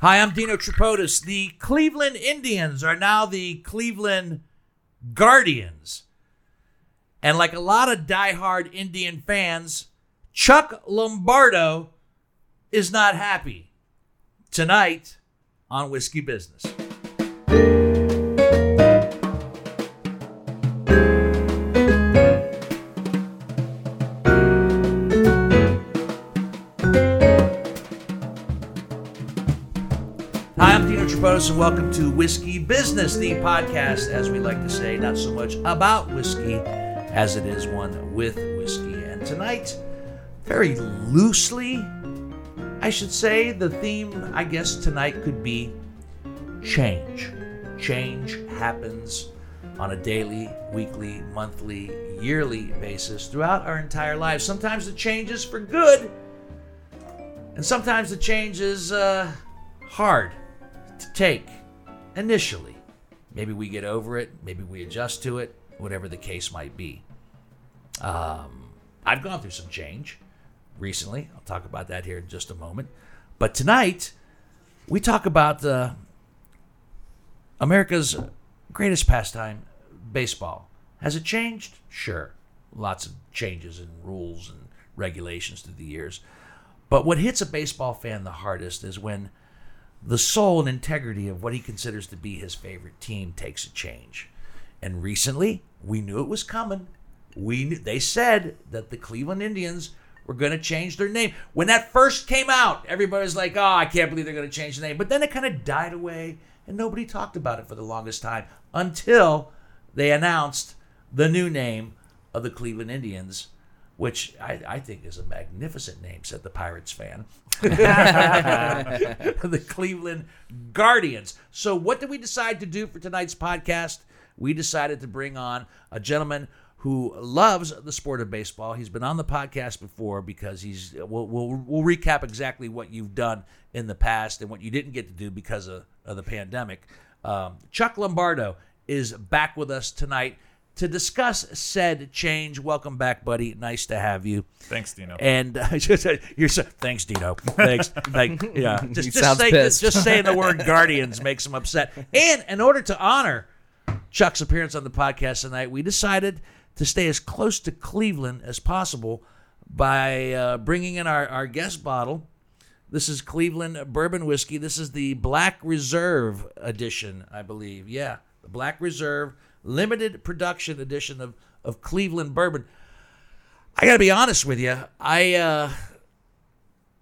Hi, I'm Dino Tripodis. The Cleveland Indians are now the Cleveland Guardians. And like a lot of diehard Indian fans, Chuck Lombardo is not happy tonight on Whiskey Business. Hi, I'm Dino Tripodis, and welcome to Whiskey Business, the podcast, as we like to say, not so much about whiskey as it is one with whiskey. And tonight, very loosely, I should say, the theme, I guess, tonight could be change. Change happens on a daily, weekly, monthly, yearly basis throughout our entire lives. Sometimes the change is for good, and sometimes the change is uh, hard to take initially. Maybe we get over it, maybe we adjust to it, whatever the case might be. Um, I've gone through some change recently. I'll talk about that here in just a moment. But tonight, we talk about uh, America's greatest pastime, baseball. Has it changed? Sure. Lots of changes in rules and regulations through the years. But what hits a baseball fan the hardest is when the soul and integrity of what he considers to be his favorite team takes a change. And recently, we knew it was coming. We knew, they said that the Cleveland Indians were going to change their name. When that first came out, everybody was like, "Oh, I can't believe they're going to change the name." But then it kind of died away, and nobody talked about it for the longest time until they announced the new name of the Cleveland Indians, which I, I think is a magnificent name," said the Pirates fan. the Cleveland Guardians. So, what did we decide to do for tonight's podcast? We decided to bring on a gentleman who loves the sport of baseball. He's been on the podcast before because he's. We'll, we'll, we'll recap exactly what you've done in the past and what you didn't get to do because of, of the pandemic. Um, Chuck Lombardo is back with us tonight to discuss said change. Welcome back, buddy. Nice to have you. Thanks, Dino. And uh, just, uh, you're so, thanks, Dino. Thanks. Like, yeah. Just, just, sounds say, pissed. just saying the word guardians makes him upset. And in order to honor Chuck's appearance on the podcast tonight, we decided to stay as close to Cleveland as possible by uh, bringing in our, our guest bottle. This is Cleveland bourbon whiskey. This is the Black Reserve edition, I believe. Yeah, the Black Reserve limited production edition of, of Cleveland bourbon. I gotta be honest with you. I uh,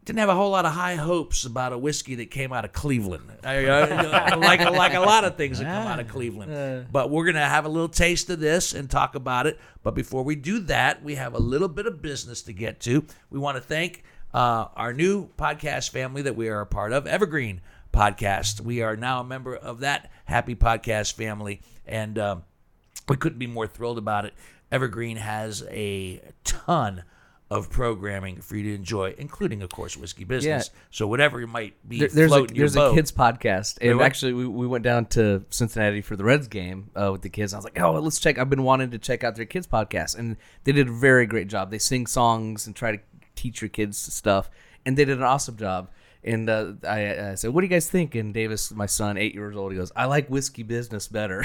didn't have a whole lot of high hopes about a whiskey that came out of Cleveland. I, I- like like a lot of things that come out of Cleveland. But we're gonna have a little taste of this and talk about it. But before we do that, we have a little bit of business to get to. We want to thank uh, our new podcast family that we are a part of, Evergreen Podcast. We are now a member of that happy podcast family, and. Um, we couldn't be more thrilled about it. Evergreen has a ton of programming for you to enjoy, including, of course, whiskey business. So whatever you might be There- there's a floating your there's a boat. kids podcast, and what? actually we, we went down to Cincinnati for the Reds game uh, with the kids. I was like, oh, let's check. I've been wanting to check out their kids podcast, and they did a very great job. They sing songs and try to teach your kids stuff, and they did an awesome job. And uh, I, I said, "What do you guys think?" And Davis, my son, eight years old, he goes, "I like whiskey business better."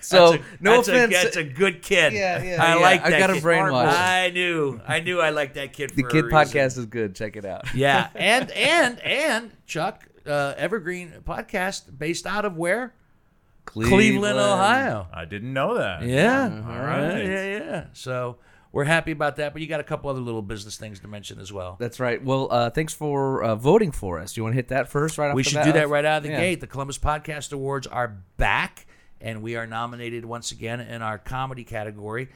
so That's a- no that's offense, A, that's a good kid. Yeah, yeah, I yeah. like I that got him kid. brainwashed. I knew. I knew I liked that kid. the for a kid reason. podcast is good. Check it out. Yeah, and and and Chuck uh, Evergreen podcast based out of where? Cleveland, Ohio. I didn't know that. Yeah. All right. Yeah, yeah. So we're happy about that, but you got a couple other little business things to mention as well. That's right. Well, uh, thanks for uh, voting for us. You want to hit that first, right? off we the should bat? do that right out of the Yeah. gate. The Columbus Podcast Awards are back, and we are nominated once again in our comedy category.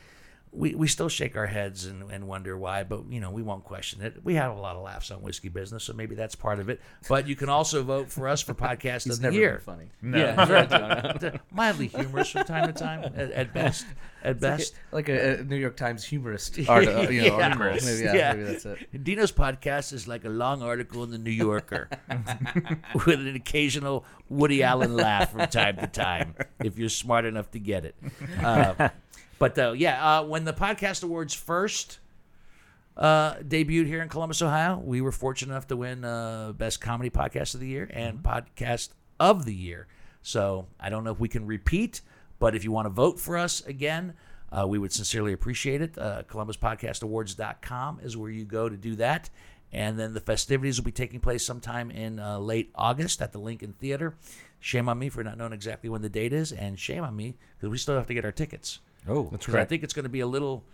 We, we still shake our heads and, and wonder why, but you know we won't question it. We have a lot of laughs on whiskey business, so maybe that's part of it. But you can also vote for us for podcast of It's the never year. been funny. Yeah, right. mildly humorous from time to time, at, at best. At best, Like a, a New York Times humorist art, uh, you know, Yeah. article. Maybe, yeah, Yeah. maybe that's it. Dino's podcast is like a long article in the New Yorker with an occasional Woody Allen laugh from time to time, if you're smart enough to get it. Uh, but uh, yeah, uh, when the podcast awards first uh, debuted here in Columbus, Ohio. We were fortunate enough to win uh, Best Comedy Podcast of the Year and Podcast of the Year. So I don't know if we can repeat, but if you want to vote for us again, uh, we would sincerely appreciate it. Uh, ColumbusPodcastAwards.com is where you go to do that. And then the festivities will be taking place sometime in uh, late August at the Lincoln Theater. Shame on me for not knowing exactly when the date is, and shame on me because we still have to get our tickets. Oh, That's 'Cause I correct. think it's going to be a little,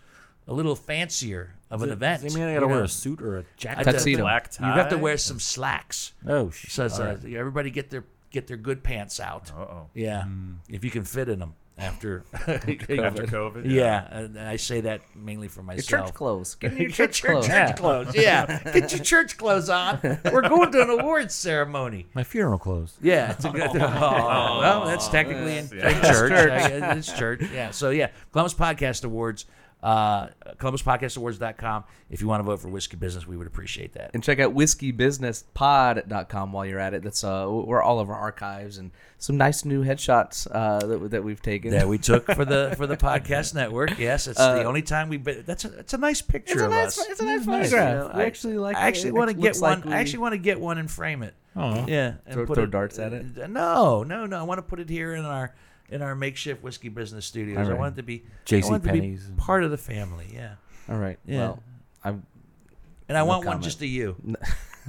a little fancier of an event. Does that mean I you gotta wear know? a suit or a jacket? Tuxedo. Black tie? You have to wear some slacks. Oh, shit. So it's, uh, everybody get their get their good pants out. Oh. Uh-oh. Yeah, Hmm. if you can fit in them after. After COVID? yeah, and I say that mainly for Your myself. church clothes. Get your Get church your clothes. church clothes. Yeah, get your church clothes on. We're going to an awards ceremony. My funeral clothes. Yeah, it's a good. Oh, well, that's technically in, Yeah. in church. Yeah, it's church. Yeah. So yeah, Columbus Podcast Awards. Uh, ColumbusPodcastAwards.com. If you want to vote for Whiskey Business, we would appreciate that. and check out whiskeybusinesspod.com while you're at it. That's uh, where all of our archives and some nice new headshots uh, that, that we've taken. that we took for the for the podcast network. Yes, it's Uh, the only time we've been. That's a that's a nice picture it's a of nice, us. it's a nice Nice, you photograph. know, we actually like. I actually it. want to It get looks one. like we- I actually want to get one and frame it. Oh. Yeah, and Throw- put throw it- darts at it? No, no, no. I want to put it here in our in our makeshift whiskey business studios. I Alright. want it to be I JC want it to be Penney's. part of the family. Yeah, All right. Yeah. Well, I and I No want one comment. just to you.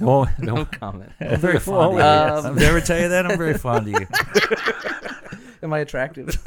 No, no no. comment. I'm very fond Well, of you. um, I've never tell you that. I'm very fond of you. Am I attractive?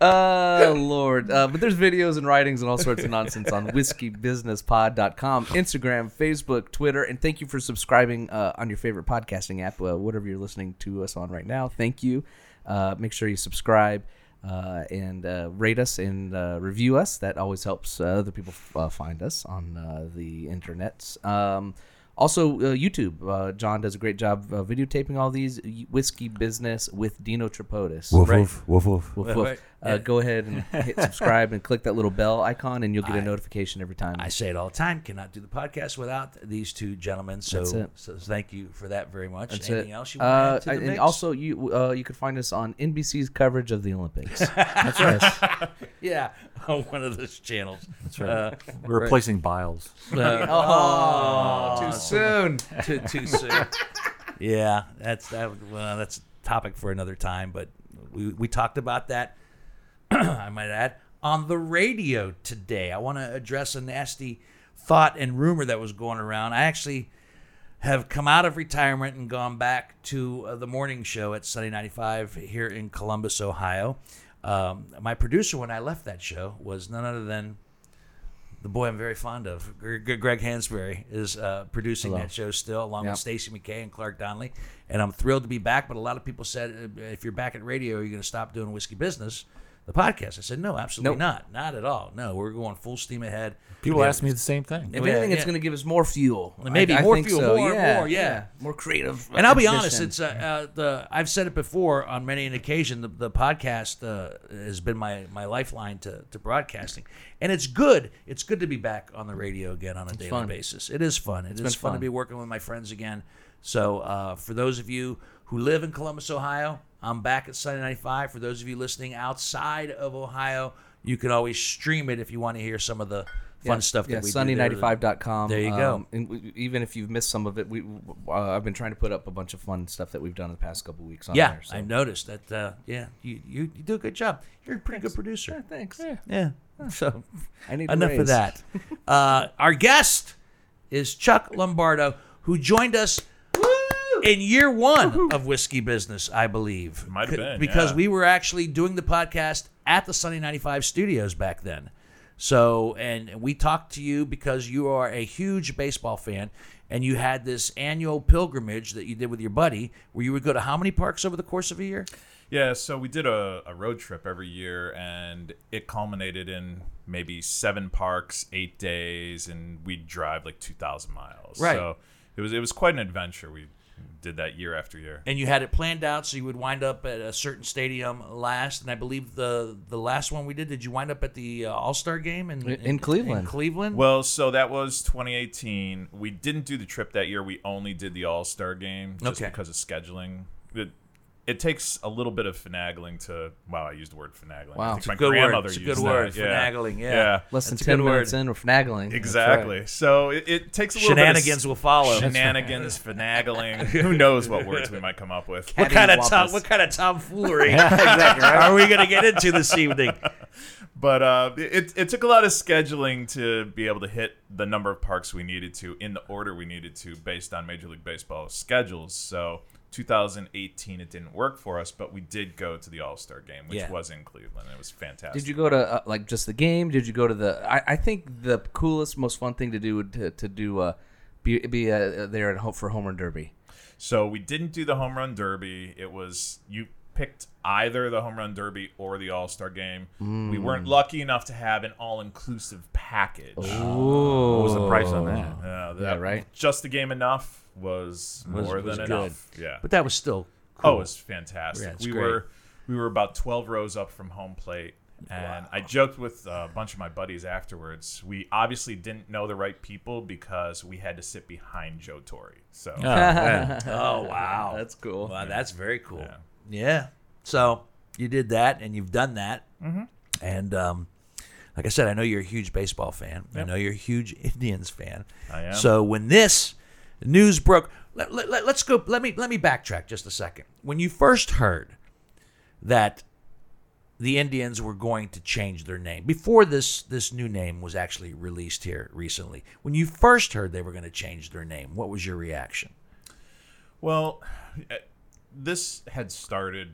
uh lord uh, but there's videos and writings and all sorts of nonsense on whiskeybusinesspod.com instagram facebook twitter and thank you for subscribing uh, on your favorite podcasting app uh, whatever you're listening to us on right now thank you uh, make sure you subscribe uh, and uh, rate us and uh, review us that always helps uh, other people uh, find us on uh, the internets um, also, uh, YouTube. Uh, John does a great job uh, videotaping all these whiskey business with Dino Tripodis. Woof, Right. woof, woof, woof. Woof, Right, woof. right. Yeah. Uh, go ahead and hit subscribe and click that little bell icon, and you'll get a notification every time. I say it all the time. Cannot do the podcast without these two gentlemen. So, That's it. so thank you for that very much. That's Anything it. else you want Uh, to add to the and mix? also, you uh, you can find us on NBC's coverage of the Olympics. That's us. yeah, on one of those channels. That's right. Uh, We're replacing Biles. uh, Oh, too soon. too, too soon. yeah, that's that. Well, that's a topic for another time. But we we talked about that. I might add on the radio today. I want to address a nasty thought and rumor that was going around. I actually have come out of retirement and gone back to uh, the morning show at Sunny 95 here in Columbus, Ohio. Um, my producer when I left that show was none other than the boy I'm very fond of, Gre- Gre- Greg Hansberry, is uh, producing that show still, along Yep. with Stacy McKay and Clark Donnelly. And I'm thrilled to be back. But a lot of people said, uh, if you're back at radio, are you going to stop doing whiskey business, the podcast? I said, no, absolutely Nope. not. Not at all. No, we're going full steam ahead. People We have- ask me the same thing. If Yeah, anything, it's yeah. going to give us more fuel. Maybe more fuel, more, yeah, more, yeah. more creative. and I'll be ambition. honest, it's uh, uh, the I've said it before on many an occasion. The, the podcast uh, has been my, my lifeline to, to broadcasting, and it's good. It's good to be back on the radio again on a daily fun. basis. It is fun. it's been fun, to fun. be working with my friends again. So uh, for those of you who live in Columbus, Ohio, I'm back at Sunday 95. For those of you listening outside of Ohio, you can always stream it if you want to hear some of the fun stuff that yeah, we do there. sunny95.com. There you go. Um, and w- even if you've missed some of it, we uh, I've been trying to put up a bunch of fun stuff that we've done in the past couple weeks on Yeah, there. So. I noticed that. Uh, yeah, you, you you do a good job. You're a pretty good producer. Yeah, thanks. Yeah. So I need a enough of raise. that. Uh, our guest is Chuck Lombardo, who joined us in year one of whiskey business, I believe. Might have C- been, because yeah. we were actually doing the podcast at the Sunny ninety five studios back then. So and we talked to you because you are a huge baseball fan. And you had this annual pilgrimage that you did with your buddy, where you would go to how many parks over the course of a year? Yeah, so we did a, a road trip every year, and it culminated in maybe seven parks, eight days, and we'd drive like two thousand miles. Right. So it was it was quite an adventure. We did that year after year. and you had it planned out so you would wind up at a certain stadium last and i believe the the last one we did did you wind up at the uh, all-star game in, In- in Cleveland. cleveland Well, so that was 2018. We didn't do the trip that year. We only did the All Star game just Okay. because of scheduling. The it takes a little bit of finagling to. Wow, I used the word finagling. Wow. I think It's a my good word. grandmother It's a good used word, that. Yeah. finagling, yeah. Less than That's a ten good minutes word. in, we're finagling. That's right. Exactly. So it, it takes a little bit of Shenanigans s- will follow. Shenanigans, finagling. Who knows what words we might come up with? What kind of Cattywampus. tom, what kind of tomfoolery are we going to get into this evening? But uh, it, it took a lot of scheduling to be able to hit the number of parks we needed to in the order we needed to based on Major League Baseball schedules. So 2018, it didn't work for us, but we did go to the All Star game, which Yeah. was in Cleveland. It was fantastic. Did you go to uh, like just the game? Did you go to the? I, I think the coolest, most fun thing to do would to, to do uh, be, be uh, there and hope for home run derby. So we didn't do the home run derby. It was you picked either the home run derby or the All Star game. We weren't lucky enough to have an all inclusive package. Mm. Oh, What was the price on that? Uh, that- Yeah, right. Just the game enough was more was than good. enough. Yeah. But that was still Oh, it was fantastic. Yeah, it's we great. were we were about twelve rows up from home plate, and I joked with a bunch of my buddies afterwards. We obviously didn't know the right people because we had to sit behind Joe Torre. So Oh, Ah. yeah. Oh wow, That's cool. Wow, that's very cool. Yeah. Yeah. So you did that, and you've done that, mm-hmm. and um, like I said, I know you're a huge baseball fan. I Yep. know you're a huge Indians fan. I am. So when this news broke, let, let, let, us go. Let me let me backtrack just a second. When you first heard that the Indians were going to change their name before this this new name was actually released here recently, when you first heard they were going to change their name, what was your reaction? Well, uh, this had started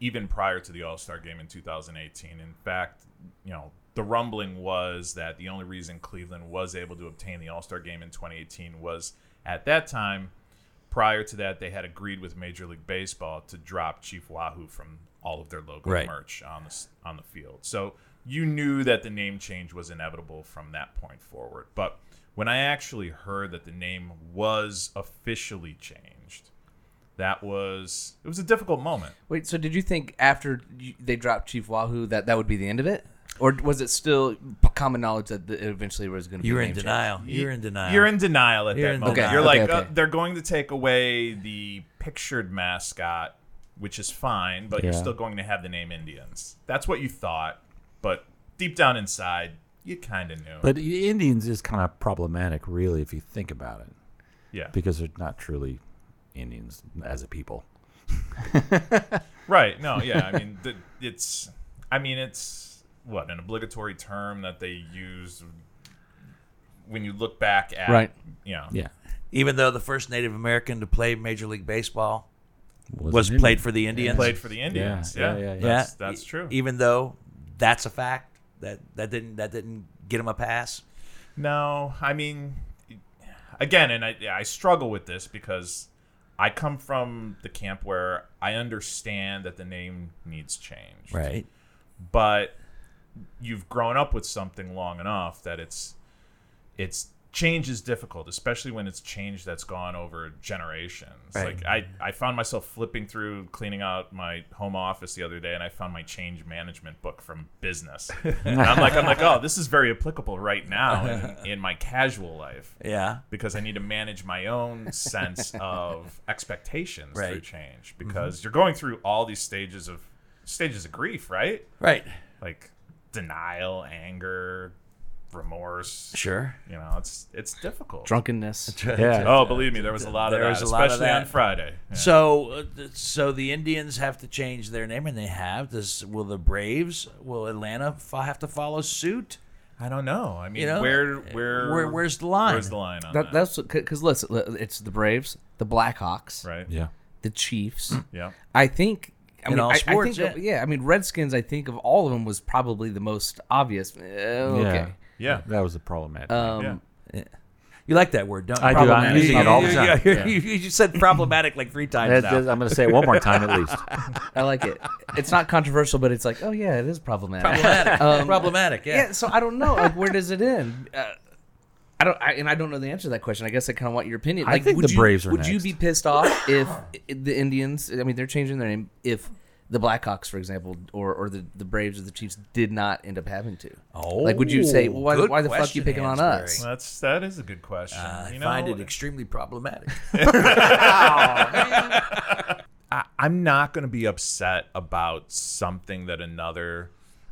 even prior to the All Star game in 2018. In fact, you know, the rumbling was that the only reason Cleveland was able to obtain the All Star game in 2018 was at that time, prior to that, they had agreed with Major League Baseball to drop Chief Wahoo from all of their logo Right. merch on the, s- on the field. So you knew that the name change was inevitable from that point forward. But when I actually heard that the name was officially changed, that was it was a difficult moment. Wait, so did you think after you, they dropped Chief Wahoo that that would be the end of it, or was it still p- common knowledge that it eventually was going to be? You were a in name change? denial. You're in denial. You're in denial at You're in that moment. denial. You're Okay, like, okay, okay. "Uh, they're going to take away the pictured mascot, which is fine, but Yeah. you're still going to have the name Indians. That's what you thought, but deep down inside, you kind of knew. But the Indians is kind of problematic, really, if you think about it, yeah, because they're not truly Indians as a people. right. No, yeah. I mean, the, it's, I mean, it's what an obligatory term that they use when you look back at, Right. You know, Yeah, even though the first Native American to play Major League Baseball was, was an Indian. played for the Indians. E, played for the Indians. yeah, Yeah, yeah, yeah. That's, that's true. Even though that's a fact that that didn't that didn't get him a pass. No, I mean, again, and I, I struggle with this because I come from the camp where I understand that the name needs change, But you've grown up with something long enough that it's it's change is difficult, especially when it's change that's gone over generations. Right. Like I, I found myself flipping through cleaning out my home office the other day and I found my change management book from business. and I'm like I'm like, oh, this is very applicable right now in, in my casual life Yeah. because I need to manage my own sense of expectations through Right. Mm-hmm. change because you're going through all these stages of stages of grief, right? Right. Like denial, anger, remorse. Sure. You know, it's it's difficult. drunkenness. Yeah. Oh, believe me, there was a lot of There that, was a lot of especially that. on Friday. Yeah. So uh, th- so the Indians have to change their name, and they have. Does will the Braves? Will Atlanta fo- have to follow suit? I don't know. I mean, You know, eh, where where where- where's the line? Where's the line on That, that? that's because listen, li- it's the Braves, the Blackhawks, right. Yeah, the Chiefs. Yeah. I think. I In mean, all I- I, sports, think, of- yeah. yeah. I mean, Redskins. I think of all of them was probably the most obvious. Uh, okay, Yeah. That was the problematic. um, yeah. You like that word, don't you? I do. I'm Problematic. using it all the time. You, you- you- you said problematic like three times That's- now. that's- I'm going to say it one more time at least. I like it. It's not controversial, but it's like, oh yeah, it is problematic. Problematic. Um, problematic. yeah. so I don't know. Like, where does it end? Uh, I don't, I, and I don't know the answer to that question. I guess I kind of want your opinion. I Like, think would the you, Braves are Would you next. be pissed off if i- the Indians? I mean, they're changing their name. If the Blackhawks, for example, or or the, the Braves or the Chiefs did not end up having to, Oh, like, would you say, well, why, good why the fuck you question, picking on Hansberry. us? Well, that's that is a good question. Uh, I you know, find it extremely problematic. I, I'm not going to be upset about something that another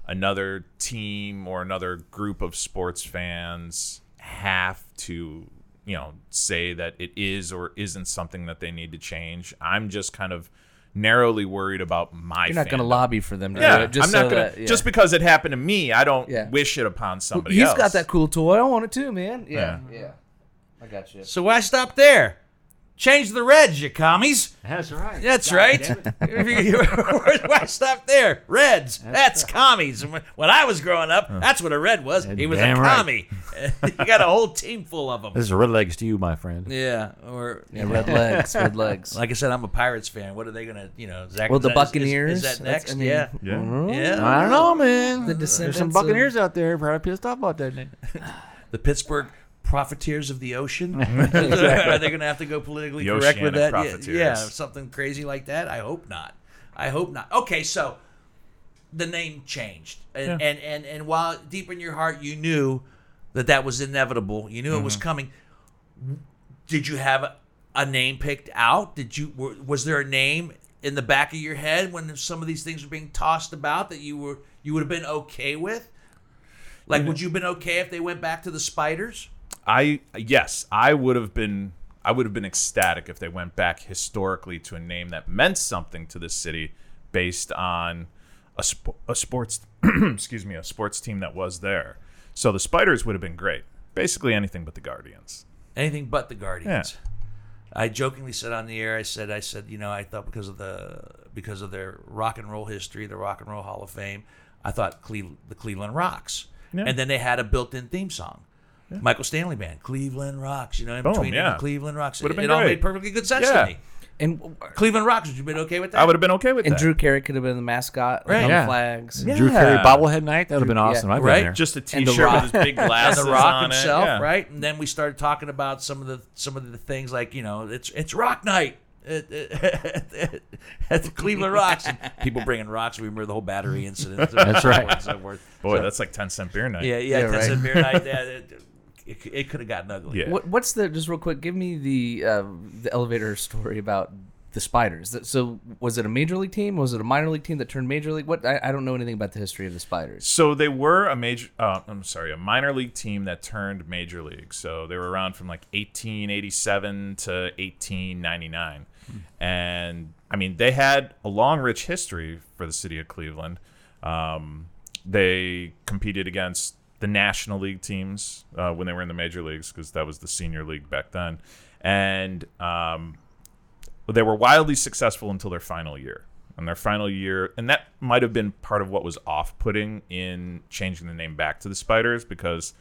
another team or another group of sports fans have to, you know, say that it is or isn't something that they need to change. I'm just kind of narrowly worried about my You're not going to fandom. lobby for them. To do Yeah, it, just I'm not so gonna that- yeah. just because it happened to me, I don't Yeah. wish it upon somebody He's else. got that cool toy. I want it too, man. Yeah, yeah. I got you. So why stop there? Change the reds, you commies. That's right. That's God right. damn it. why stop there? Reds. That's, commies. When I was growing up, that's what a red was. He was a Damn right. commie. you got a whole team full of them. This is red legs to you, my friend. Yeah. Or Yeah, red legs, red legs. like I said, I'm a Pirates fan. What are they gonna, you know? Zach, well, is the that- is- is- Buccaneers. Is, that that's- next? I mean, yeah. mhm. Yeah. I don't know, man. descendants There's some of- Buccaneers out there probably pissed off about that name. the Pittsburgh profiteers of the ocean? Are they going to have to go politically The correct with oceanic that? Yeah, profiteers. yeah, something crazy like that. I hope not. I hope not. Okay, so the name changed, and and, and and while deep in your heart you knew that that was inevitable, you knew it Mm-hmm. was coming. Did you have a, a name picked out? Did you were, was there a name in the back of your head when some of these things were being tossed about that you were you would have been okay with? Like, would you have been okay if they went back to the spiders? I yes, I would have been I would have been ecstatic if they went back historically to a name that meant something to the city based on a, sp- a sports excuse me, a sports team that was there. So the Spiders would have been great. Basically anything but the Guardians. Anything but the Guardians. I jokingly said on the air, I said, I said, you know, I thought because of the because of their rock and roll history, the Rock and Roll Hall of Fame, I thought Cleve, the Cleveland Rocks, and then they had a built-in theme song, Michael Stanley Band, Cleveland Rocks. You know, in Boom, between yeah. the Cleveland Rocks, it, Would've been it all great. made perfectly good sense Yeah. to me. And Cleveland Rocks, would you been okay with that? I would have been okay with and that. Drew Carey could have been the mascot. Right. Right. Yeah. Flags. Drew Carey Yeah. bobblehead night. That would have been awesome. I've Right? been there. just a And The t-shirt Rock. with his big and glasses the rock on it. himself, Yeah. right? And then we started talking about some of the some of the things like you know it's it's rock night at, at, at the Cleveland Rocks. And people bringing rocks. We remember the whole battery incident. That's right. And so forth. Boy, that's like 10 cent beer night. Yeah, yeah, Yeah, that's right. a beer night. Yeah, it, it, it could have gotten ugly. Yeah. What, what's the just real quick? Give me the uh, the elevator story about the spiders. That- So was it a major league team? Was it a minor league team that turned major league? What I, I don't know anything about the history of the spiders. So they were a major. Uh, I'm sorry, a minor league team that turned major league. So they were around from like 1887 to 1899, and I mean they had a long, rich history for the city of Cleveland. Um, they competed against the National League teams uh, when they were in the major leagues because that was the senior league back then, and um, they were wildly successful until their final year. And their final year, and that might have been part of what was off putting in changing the name back to the Spiders because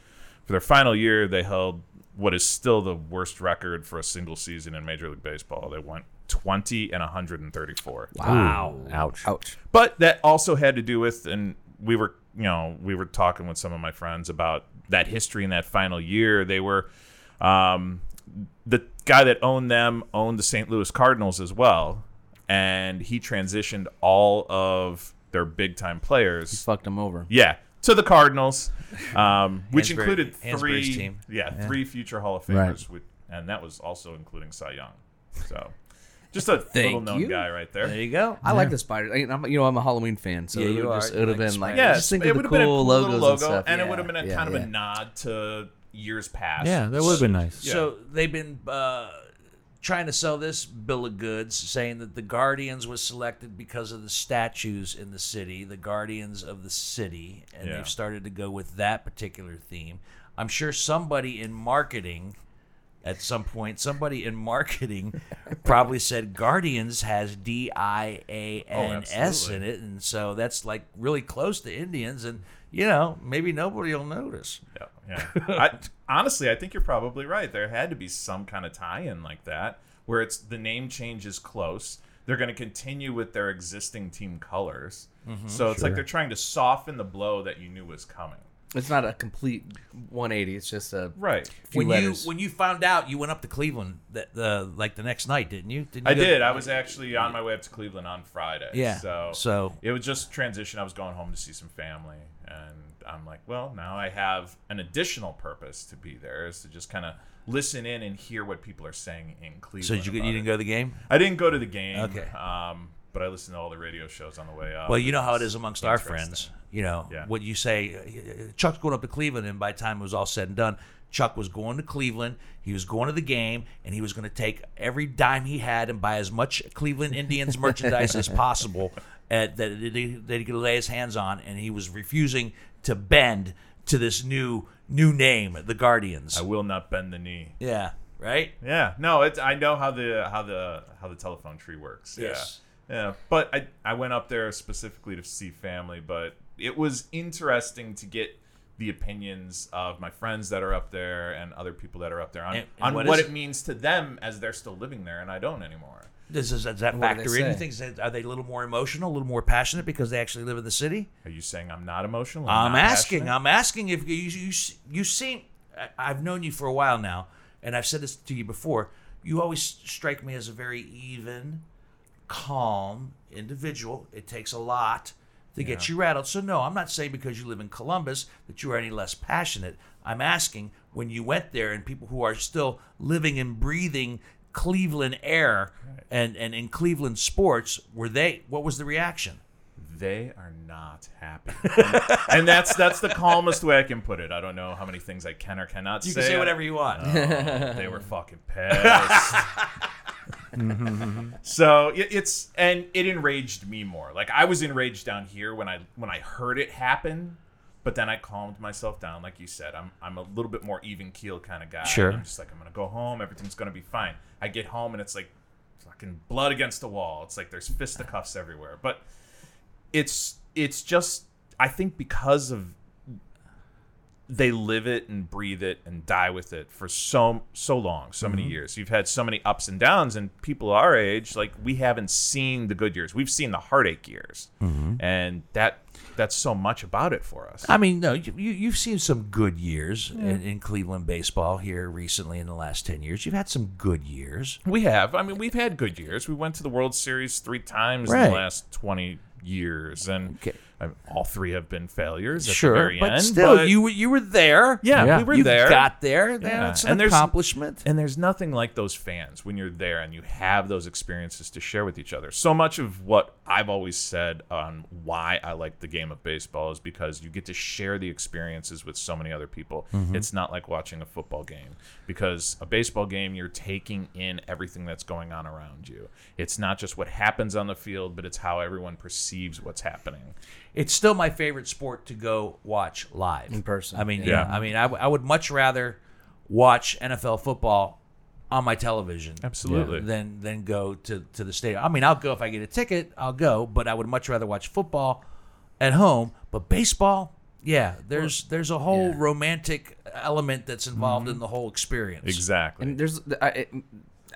for their final year, they held what is still the worst record for a single season in Major League Baseball. They went 20 and 134. Wow. Ouch. Ouch. But that also had to do with, and we were, you know, we were talking with some of my friends about that history in that final year. They were, um, the guy that owned them owned the St. Louis Cardinals as well, and he transitioned all of their big time players. Fucked them over. Yeah. To the Cardinals, um, which Hansberry- included Hansberry's three, team. Yeah, three future Hall of Right. Famers, with, and that was also including Cy Young. So, just a little known you. guy right there. There you go. I like the spiders. I, I'm, you know, I'm a Halloween fan, so Yeah, it you would, just, are. it would have Like been like spiders. Yeah, just think it of the would have been a cool cool little logos logo, and stuff. it Yeah, would have been a yeah, kind of yeah. a nod to years past. Yeah, that would have been nice. So they've been uh, trying to sell this bill of goods, saying that the Guardians was selected because of the statues in the city, the Guardians of the city, and Yeah. they've started to go with that particular theme. I'm sure somebody in marketing. At some point, somebody in marketing probably said Guardians has D I A N S in Oh, absolutely. it. And so that's like really close to Indians. And, you know, maybe nobody will notice. Yeah, yeah. I, honestly, I think you're probably right. There had to be some kind of tie-in like that, where it's the name change is close. They're going to continue with their existing team colors, Mm-hmm. so it's like they're trying to soften the blow that you knew was coming. It's not a complete 180. It's just a Right. few when letters. you when you found out you went up to Cleveland that the like the next night, didn't you? Didn't I you go- did. I was actually on my way up to Cleveland on Friday. Yeah, So so- it was just transition. I was going home to see some family, and I'm like, well, now I have an additional purpose to be there is to just kind of listen in and hear what people are saying in Cleveland. So did you, get- about you it. didn't go to the game? I didn't go to the game. Okay. Um, but I listened to all the radio shows on the way up. Well, you know how it is amongst our Interesting. friends. You know, Yeah. what you say, uh, Chuck's going up to Cleveland, and by the time it was all said and done, Chuck was going to Cleveland. He was going to the game, and he was going to take every dime he had and buy as much Cleveland Indians merchandise as possible at, that, that he could lay his hands on. And he was refusing to bend to this new new name, the Guardians. I will not bend the knee. yeah, right. Yeah. No, it's I know how the how the how the telephone tree works. Yes. Yeah. Yeah. But I I went up there specifically to see family, but it was interesting to get the opinions of my friends that are up there and other people that are up there on, And- and on what what, is- it means to them as they're still living there and I don't anymore. Does, does that- does that What do they factor in? You say? think is that- are they a little more emotional, a little more passionate because they actually live in the city? Are you saying I'm not emotional? I'm not asking. passionate? I'm asking if you you you seem. I- I've known you for a while now, and I've said this to you before. You always strike me as a very even, calm individual. It takes a lot to get you rattled. So no, I'm not saying because you live in Columbus that you are any less passionate. I'm asking when you went there and people who are still living and breathing Cleveland air and and in Cleveland sports, were they? What was the reaction? they are not happy. And, and that's that's the calmest way I can put it. I don't know how many things I can or cannot You say. can say whatever you want. Oh, they were fucking pissed. so it, it's and it enraged me more. Like I was enraged down here when I when I heard it happen, but then I calmed myself down. Like you said, I'm I'm a little bit more even keel kind of guy. Sure. I'm just like I'm gonna go home. Everything's gonna be fine. I get home and it's like fucking blood against the wall. It's like there's fisticuffs everywhere. But it's it's just I think because of they live it and breathe it and die with it for so so long, so many years. You've had so many ups and downs, and people our age, like we haven't seen the good years. We've seen the heartache years, and that that's so much about it for us. I mean, no, you, you you've seen some good years in, in Cleveland baseball here recently in the last ten years. You've had some good years. We have. I mean, we've had good years. We went to the World Series three times in Right. the last twenty years, and Okay. I mean, all three have been failures. At sure, the very but end, still, but- you were you were there. Yeah, Yeah. we were you there. got there. Yeah. That's an And there's- accomplishment. And there's nothing like those fans when you're there and you have those experiences to share with each other. So much of what I've always said on why I like the game of baseball is because you get to share the experiences with so many other people. It's not like watching a football game because a baseball game, you're taking in everything that's going on around you. It's not just what happens on the field, but it's how everyone perceives what's happening. It's still my favorite sport to go watch live in person, I mean, yeah, yeah. I mean, I, w- I would much rather watch NFL football on my television Absolutely. than than go to to the stadium. I mean, I'll go if I get a ticket, I'll go, but I would much rather watch football at home. But baseball, yeah, there's there's a whole yeah. romantic element that's involved in the whole experience. Exactly. And there's, I, I-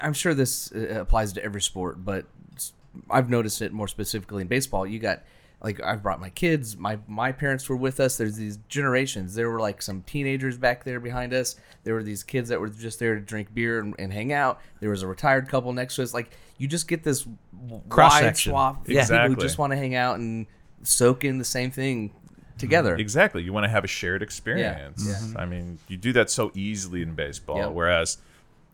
I'm sure this uh, applies to every sport, but s- I've noticed it more specifically in baseball. You got like I've brought my kids. My my parents were with us. There's these generations. There were like some teenagers back there behind us. There were these kids that were just there to drink beer and, and hang out. There was a retired couple next to us. Like you just get this w- wide Cross-section. swath of Yeah. people who Exactly. just want to hang out and soak in the same thing together. Exactly. You want to have a shared experience. Yeah. I mean, you do that so easily in baseball. Yeah. Whereas,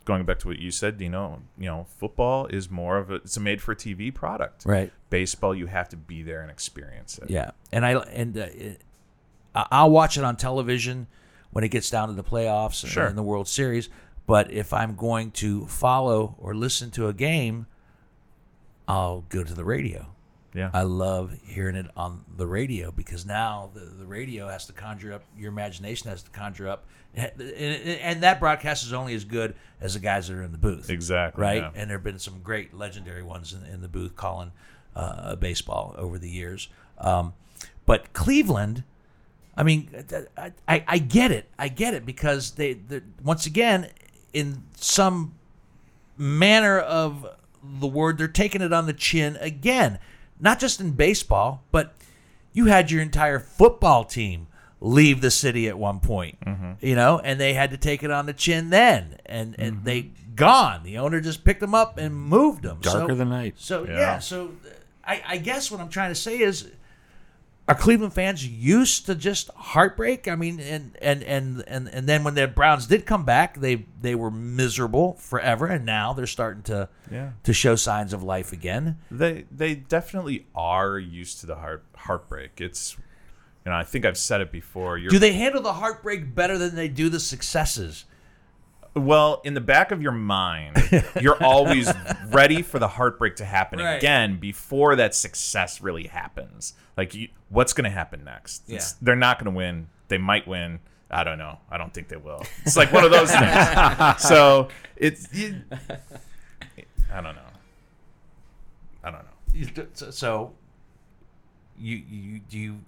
going back to what you said, Dino, you know, football is more of a it's a made for TV product. Right. Baseball, you have to be there and experience it. Yeah, and I and uh, it, I- I'll watch it on television when it gets down to the playoffs and- Sure. and the World Series. But if I'm going to follow or listen to a game, I'll go to the radio. Yeah. I love hearing it on the radio because now the, the radio has to conjure up your imagination has to conjure up, and, and- and that broadcast is only as good as the guys that are in the booth. Exactly, Right. yeah. And there have been some great legendary ones in, in the booth calling uh, baseball over the years. Um, but Cleveland, I mean, th- I, I, I get it. I get it because they, they once again in some manner of the word, they're taking it on the chin again. Not just in baseball, but you had your entire football team leave the city at one point, Mm-hmm. you know, and they had to take it on the chin then, and and they gone. The owner just picked them up and moved them. Darker so, than night. So yeah. Yeah. so uh, I, I guess what I'm trying to say is are Cleveland fans used to just heartbreak? I mean, and and and and, and then when the Browns did come back, they they were miserable forever, and now they're starting to Yeah. to show signs of life again. They they definitely are used to the heart heartbreak. It's you know I think I've said it before. You're, Do they handle the heartbreak better than they do the successes? well in the back of your mind, you're always ready for the heartbreak to happen Right. again before that success really happens. Like you, what's going to happen next? It's- Yeah. they're not going to win. They might win. I don't know. I don't think they will. It's like one of those things. So it's it, I don't know. I don't know. So, so you you do you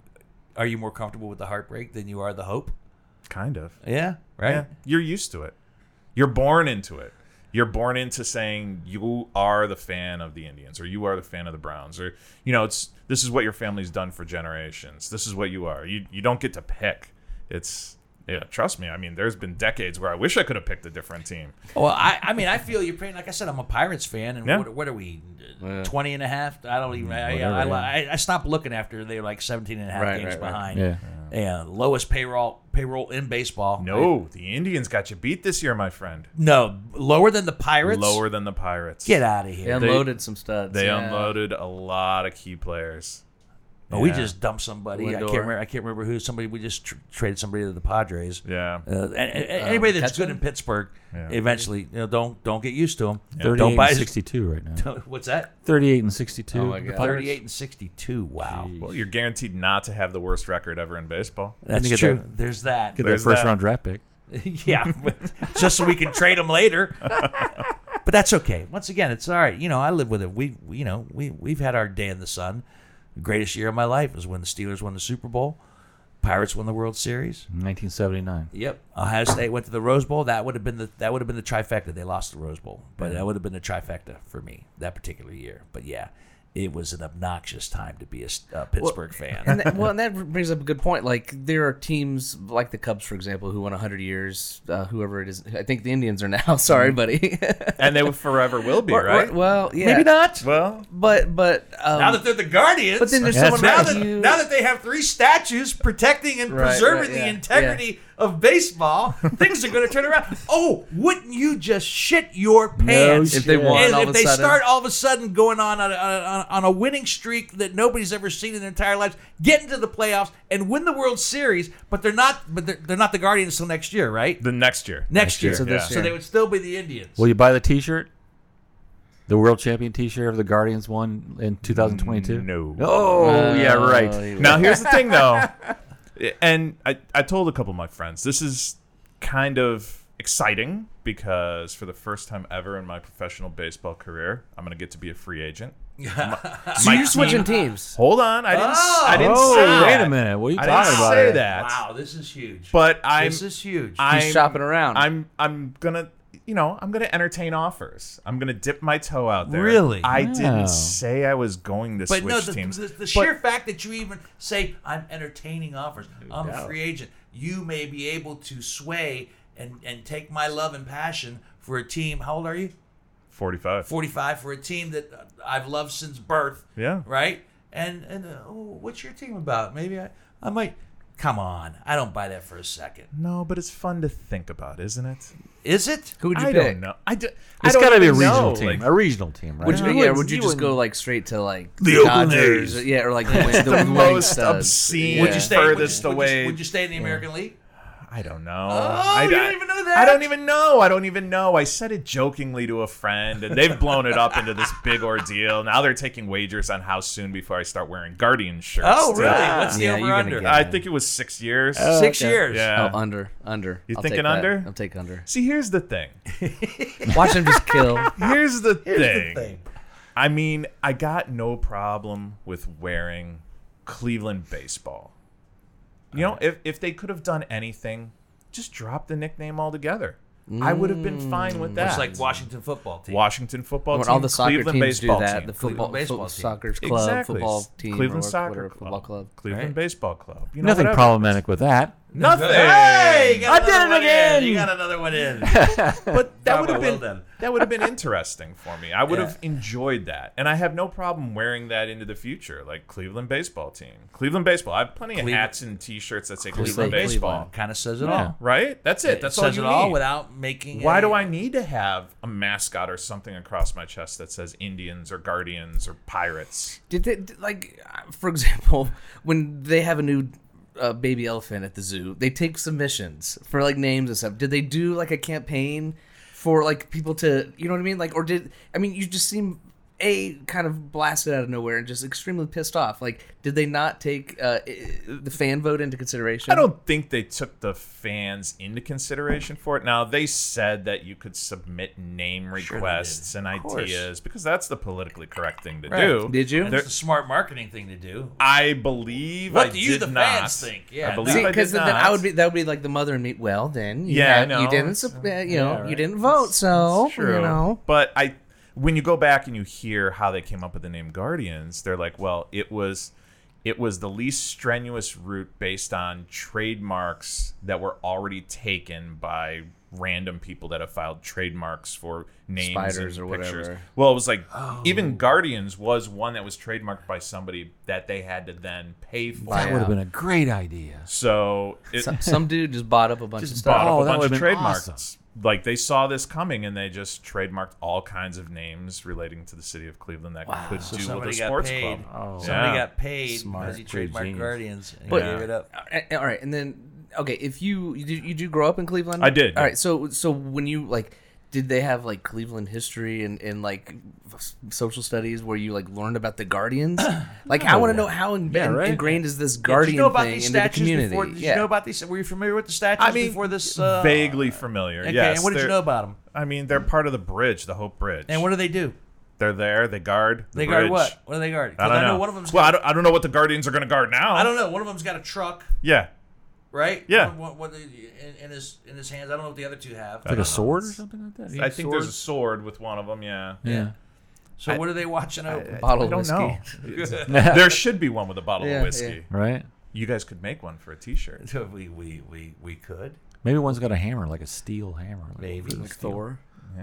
are you more comfortable with the heartbreak than you are the hope? Kind of. Yeah, right. Yeah, you're used to it. You're born into it. You're born into saying you are the fan of the Indians or you are the fan of the Browns or you know it's this is what your family's done for generations. This is what you are. You you don't get to pick. It's yeah, trust me. I mean, there's been decades where I wish I could have picked a different team. Well, I, I mean, I feel your pain. Like I said, I'm a Pirates fan, and Yeah. what, what are we, Oh, uh 20 and a half? I don't even, I, I, Whatever, I, I stopped looking after they were like 17 and a half Right, games right, right. behind. Yeah. Yeah, lowest payroll payroll in baseball. No, the Indians got you beat this year, my friend. No, lower than the Pirates? Lower than the Pirates. Get out of They here. unloaded some studs. They yeah. unloaded a lot of key players. Oh, we Yeah. just dumped somebody. I can't Lindor. remember. I can't remember who. Somebody we just tr- traded somebody to the Padres. Yeah. Uh, a- a- anybody that's good Ketchum? in Pittsburgh, Yeah. eventually, you know, don't don't get used to them. Don't 38 buy. and 62 right now. What's that? 38 and 62. Oh my The God. Pirates. 38 and 62. Wow. Well, you're guaranteed not to have the worst record ever in baseball. That's get true. that- There's that. Get that There's first that. round draft pick. yeah, but- just so we can trade them later. but that's okay. Once again, it's all right. You know, I live with it. We, we- you know, we we've had our day in the sun. The greatest year of my life was when the Steelers won the Super Bowl, Pirates won the World Series. 1979. Yep. Ohio State went to the Rose Bowl. That would have been the that would have been the trifecta. They lost the Rose Bowl, but that would have been the trifecta for me that particular year. But yeah, it was an obnoxious time to be a S- uh, Pittsburgh fan. and that, well, and that brings up a good point. Like there are teams like the Cubs, for example, who won 100 years. Uh, whoever it is, I think the Indians are now. Sorry, buddy. And they forever will be, Or- or- right? well, yeah. Maybe not. Well, But but um, Now that they're the Guardians, But then there's Yeah, someone that's now like that, you. now that they have three statues protecting and Right, preserving right, the yeah, integrity of baseball, things are going to turn around. Oh, wouldn't you just shit your pants shit. If they won And all if of a they sudden. start all of a sudden going on on, on, on- on a winning streak that nobody's ever seen in their entire lives, get into the playoffs and win the World Series, but they're not, but they're, they're not the Guardians till next year, right? the next year. Next year, So so, this year. they would still be the Indians. Will you buy the t shirt? The world champion t shirt of the Guardians won in 2022? No. Oh, yeah, right. Oh, you- Now here's the thing though. And I, I told a couple of my friends, this is kind of exciting because for the first time ever in my professional baseball career, I'm gonna get to be a free agent. so my you're switching team- teams. Hold on, I didn't s- I didn't Oh, say that. wait a minute. What are you I talking didn't about? say here? that. wow, this is huge. But I'm this is huge. I'm He's shopping around. I'm I'm gonna you know, I'm gonna entertain offers. I'm gonna dip my toe out there. Really? I Wow. didn't say I was going to But switch no, the, teams. the, the sheer fact that you even say, I'm entertaining offers, I'm a free agent, you may be able to sway and, and take my love and passion for a team. How old are you? Forty five. 45, for a team that uh, I've loved since birth. Yeah. Right? And, and uh, oh, what's your team about? Maybe I, I might. Come on. I don't buy that for a second. No, but it's fun to think about, isn't it? Is it? Who would you I pick? don't know. I do, It's got to be a regional know. team. Like, a regional team, right? Would you, You yeah, would- would you, you just go wouldn't- like straight to like The Oakland Dodgers? A's. Yeah, or like the, win- the, the winning most studs. obscene- Yeah. Would you stay? would you- Furthest would you, away. Would you stay in the American League? I don't know. Oh, I, you I- don't even know that? I don't even know. I don't even know. I said it jokingly to a friend, and they've blown it up into this big ordeal. Now they're taking wagers on how soon before I start wearing Guardian shirts. Oh, too. really? What's the Yeah, you're over gonna under? get I think it was six years. Six okay. years. yeah. Oh, under, under. You I'll thinking take that. under? I'll take under. See, here's the thing. Watch him just kill. Here's the Here's the thing. I mean, I got no problem with wearing Cleveland baseball. You know, if, if they could have done anything, just drop the nickname altogether. I would have been fine with that. It's like Washington football team. Washington football When team, all the soccer Cleveland teams do baseball that, team. the football, Cleveland baseball football team. soccer's club, exactly. football team, Cleveland or soccer whatever, club, football club. Cleveland Right. baseball club. You know, Nothing whatever. problematic with that. Nothing. Hey, you got I did another it one in. again! You got another one in. But that Bravo, would have well been done. that would have been interesting for me. I would have enjoyed that, and I have no problem wearing that into the future, like Cleveland baseball team, Cleveland baseball. I have plenty of Cleveland- hats and T-shirts that say Cleveland, Cleveland baseball. Kind of says it Yeah. all. Right? That's it. That's it all says you it all need. without making. Why any- do I need to have a mascot or something across my chest that says Indians or Guardians or Pirates? Did they did, like, uh, for example, when they have a new uh, baby elephant at the zoo, they take submissions for like names and stuff. Did they do like a campaign for like people to, you know what I mean? Like, or did I mean you just seem a kind of blasted out of nowhere and just extremely pissed off? Like, did they not take uh, i- the fan vote into consideration? I don't think they took the fans into consideration for it. Now they said that you could submit name requests and ideas because that's the politically correct thing to do. Did you? That's the smart marketing thing to do. I believe. What I do you, did the not. fans, think? Yeah, I believe See, I because did then not. I would be that would be like the mother and me. Well, then you Yeah, I had- you know. didn't sup- uh, you know Yeah, you right. didn't vote, so It's true. Oh, you know But I, when you go back and you hear how they came up with the name Guardians, they're like, well, it was, it was the least strenuous route based on trademarks that were already taken by random people that have filed trademarks for names Spiders and or pictures. whatever. Well, it was like Oh. even Guardians was one that was trademarked by somebody that they had to then pay for. Buy That would have been a great idea. So it, some, some dude just bought up a bunch of just stuff. bought Oh, up a that bunch of would've been trademarks. awesome. Like they saw this coming and they just trademarked all kinds of names relating to the city of Cleveland that could So do with a somebody got sports paid. club. Oh. Somebody Yeah. got paid Smart. because he Pretty trademarked genius. Guardians and But- gave it up. A- a- All right, and then okay, if you you do, you do grow up in Cleveland, I did, All yeah. right, so so when you like, did they have like Cleveland history and and like s- social studies where you like learned about the Guardians? like, I want to know how in, in- right. ingrained is this Yeah, did Guardian you know about thing these into the statues community? before? Did yeah. you know about these? Were you familiar with the statues I mean, before this? Uh, Vaguely familiar. Okay, yes, and what did you they're- know about them? I mean, they're part of the bridge, the Hope Bridge. And what do they do? they're there, they guard. The They guard bridge. what? What do they guard? 'Cause I don't know. know. one of them's. well, got, I don't, I don't know what the Guardians are going to guard now. I don't know. One of them's got a truck, Yeah. right? Yeah. One- one- one- in, in his in his hands. I don't know what the other two have. Like a sword or something like that. I think there's a sword with one of them, yeah. yeah. So what are they watching over? Bottle I of don't whiskey. know. there should be one with a bottle Yeah, of whiskey. yeah. Right. You guys could make one for a t shirt. we we we we could. Maybe one's got a hammer, like a steel hammer. Like Maybe. like Thor.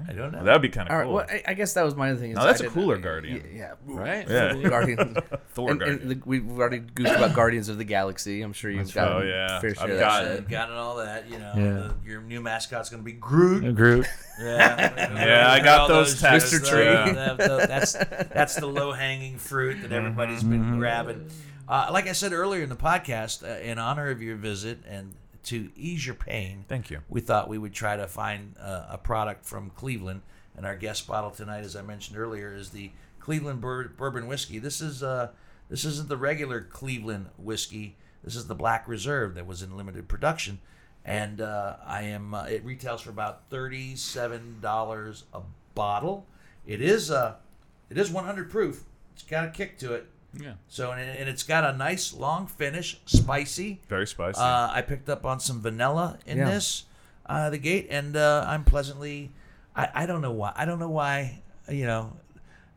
I don't know. That would be kind of All right. cool. Well, I, I guess that was my other thing. is Now, that's I a didn't- cooler y- Guardian. Yeah. Right. Yeah. Guardian. Thor and, Guardian. and the, we've already goofed about Guardians of the Galaxy. I'm sure you've got. Oh, yeah. Fair share I've of that gotten- shit. You've gotten all that, you know. Yeah. the- your new mascot's gonna be Groot. Groot. Yeah, Yeah, I got All uh, those texts, Mr. Tree. yeah. That's that's the low hanging fruit that everybody's Mm-hmm. been grabbing. Uh, like I said earlier in the podcast, uh, in honor of your visit and to ease your pain, Thank you. we thought we would try to find uh, a product from Cleveland. And our guest bottle tonight, as I mentioned earlier, is the Cleveland Bur- Bourbon Whiskey. This is uh, this isn't the regular Cleveland whiskey. This is the Black Reserve that was in limited production, and uh, I am uh, it retails for about thirty seven dollars a bottle. It is uh, it is one hundred proof. It's got a kick to it. Yeah. So and, it- and it's got a nice long finish, spicy. Very spicy. Uh, I picked up on some vanilla in Yeah. this uh, the gate, and uh, I'm pleasantly. I, I don't know why. I don't know why. You know,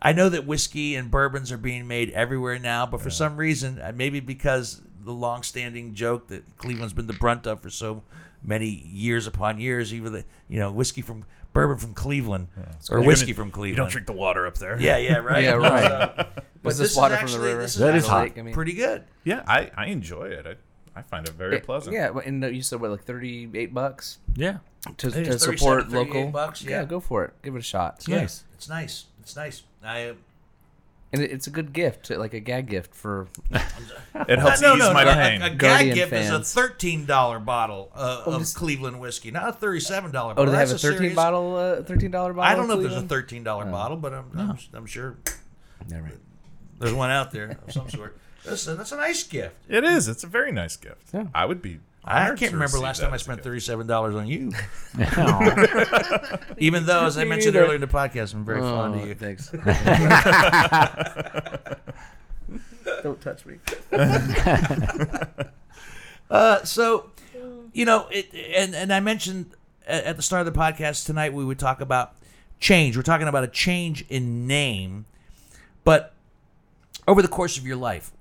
I know that whiskey and bourbons are being made everywhere now, but for some reason, uh, maybe because the long-standing joke that Cleveland's been the brunt of for so many years upon years, even the you know whiskey from bourbon from Cleveland or whiskey from Cleveland. You don't drink the water up there. Yeah, yeah, right. Yeah, right. So- but Was this, this water is from the actually, river? This is That is actually hot. I mean- pretty good. Yeah, I, I enjoy it. I, I find it very Yeah, pleasant. Yeah, but- and uh, you said what, like thirty-eight bucks Yeah. to, think to it's 37, support 38 local. bucks, yeah. go for it. Give it a shot. It's nice. It's nice. It's nice. I and it, it's a good gift, like a gag gift for. Oh, It helps no, ease no, my no. pain. A, a gag Guardian gift is a fans. thirteen dollar bottle uh, of this- Cleveland whiskey, not a thirty-seven dollar. Oh, do they have a thirteen bottle, uh, thirteen dollar bottle? I don't know if of there's a Cleveland? Oh. thirteen dollar bottle, but I'm, I'm I'm sure Never mind. there's one out there of some sort. Listen, that's a nice gift. It is. It's a very nice gift. Yeah. I would be. I honored can't to remember receive last that time I as a spent gift. thirty-seven dollars on you. Aw. Even though, as I Me mentioned neither. earlier in the podcast, I'm very fond Oh, of you. thanks. Oh, don't touch me. Uh, so, you know, it, and and I mentioned at, at the start of the podcast tonight we would talk about change. We're talking about a change in name, but over the course of your life,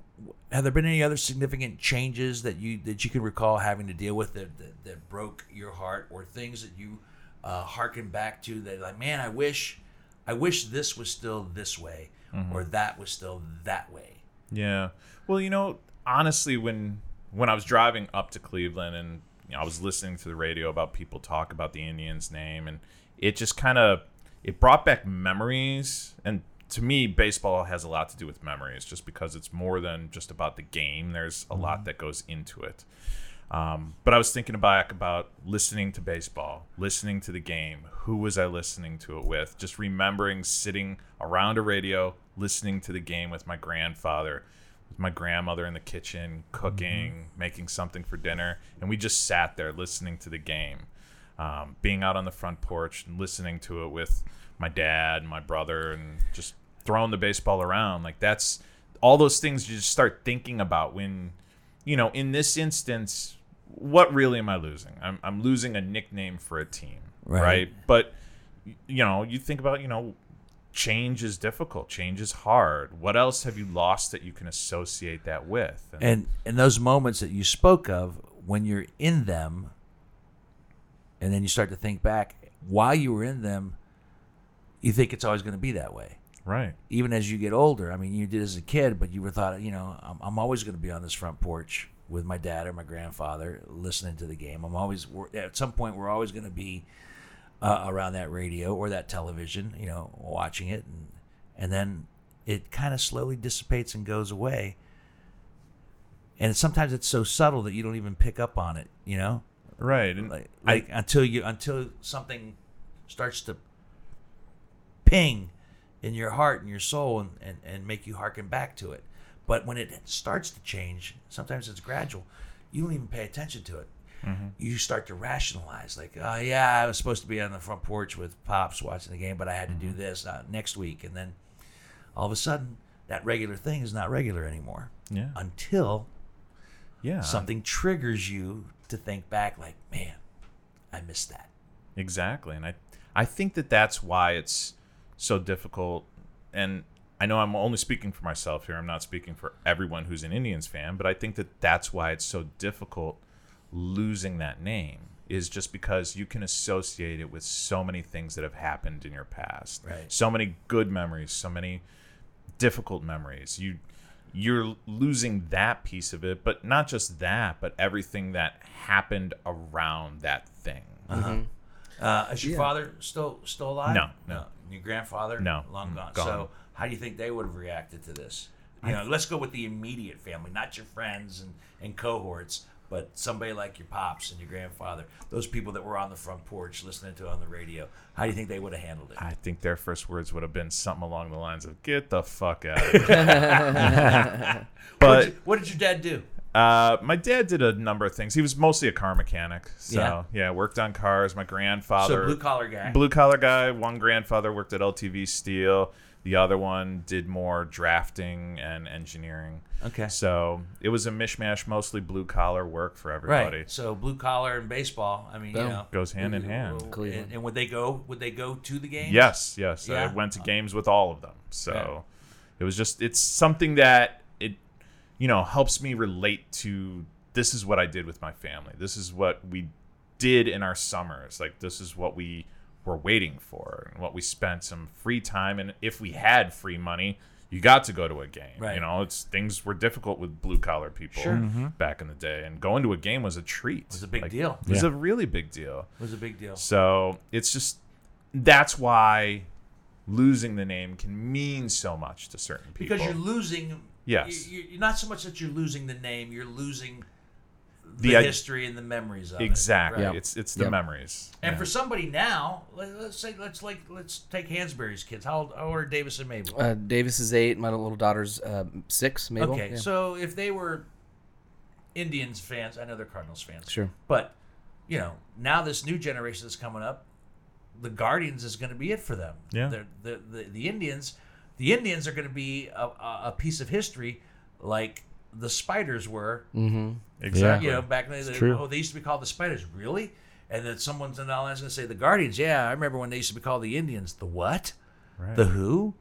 have there been any other significant changes that you that you can recall having to deal with that that, that broke your heart, or things that you uh, hearken back to that like, man, I wish, I wish this was still this way, or that was still that way. Yeah. Well, you know, honestly, when when I was driving up to Cleveland and you know, I was listening to the radio about people talk about the Indians name, and it just kind of it brought back memories. And to me, baseball has a lot to do with memories, just because it's more than just about the game. There's a lot that goes into it. Um, but I was thinking back about listening to baseball, listening to the game. Who was I listening to it with? Just remembering sitting around a radio, listening to the game with my grandfather, with my grandmother in the kitchen, cooking, making something for dinner. And we just sat there listening to the game, um, being out on the front porch and listening to it with my dad and my brother and just throwing the baseball around. Like that's all those things you just start thinking about when you know, in this instance, what really am I losing? I'm, I'm losing a nickname for a team, Right. right. But y- you know, you think about you know, change is difficult, change is hard. What else have you lost that you can associate that with? And, And and those moments that you spoke of, when you're in them, and then you start to think back while you were in them, you think it's always going to be that way. right, Even as you get older, I mean, you did as a kid, but you were thought, you know, I'm, I'm always going to be on this front porch with my dad or my grandfather listening to the game. I'm always we're- at some point we're always going to be uh, around that radio or that television, you know, watching it, and and then it kind of slowly dissipates and goes away and sometimes it's so subtle that you don't even pick up on it you know right. And like, I- like until you until something starts to ping in your heart and your soul and, and, and make you hearken back to it but when it starts to change sometimes it's gradual you don't even pay attention to it Mm-hmm. you start to rationalize like oh yeah i was supposed to be on the front porch with pops watching the game but i had to do Mm-hmm. this uh, next week and then all of a sudden that regular thing is not regular anymore Yeah. until yeah, something triggers you to think back like man i missed that Exactly. And I I think that that's why it's so difficult and I know I'm only speaking for myself here. I'm not speaking for everyone who's an Indians fan, but I think that that's why it's so difficult losing that name is just because you can associate it with so many things that have happened in your past. Right. So many good memories, so many difficult memories. You you're losing that piece of it, but not just that, but everything that happened around that thing. uh, is your father still still alive No, no. your grandfather No, Mm, long gone. gone. so how do you think they would have reacted to this you know let's go with the immediate family not your friends and, and cohorts but somebody like your pops and your grandfather those people that were on the front porch listening to it on the radio how do you think they would have handled it I think their first words would have been something along the lines of "Get the fuck out." of here." what, but did, you- what did your dad do uh, my dad did a number of things. He was mostly a car mechanic, so Yeah. yeah, worked on cars. My so grandfather, blue collar guy blue collar guy. One grandfather worked at LTV Steel. The other one did more drafting and engineering. okay So it was a mishmash, mostly blue collar work for everybody. right so blue collar and baseball i mean you Boom. know Goes hand in hand. And, Cleveland. and would they go? Would they go to the game? Yes, yes. Yeah. I went to games with all of them. So it was just it's something that it you know helps me relate to this is what I did with my family. This is what we did in our summers. Like this is what we were waiting for and what we spent some free time and if we had free money, you got to go to a game. Right. You know, it's things were difficult with blue collar people Sure. back in the day and going to a game was a treat. It was a big deal. It was a really big deal. It was a big deal. So it's just that's why losing the name can mean so much to certain people. Because you're losing. Yes. You, you're not so much that you're losing the name. You're losing the, The i- history and the memories of exactly it. Right. it's it's the Yep. memories. And for somebody now, let, us say let's like let's take Hansberry's kids. How old, how old are Davis and Mabel? Uh, Davis is eight. My little daughter's uh, six, maybe. okay, so if they were Indians fans, I know they're Cardinals fans. Sure. But you know, now this new generation that's coming up, the Guardians is going to be it for them. Yeah. They're- The the the Indians, the Indians are going to be a, a, a piece of history, like the Spiders were. Exactly. You know, back in the day, true. oh, they used to be called the Spiders. Really? And then someone's in the audience going to say the Guardians. Yeah, I remember when they used to be called the Indians. The what? Right. The who?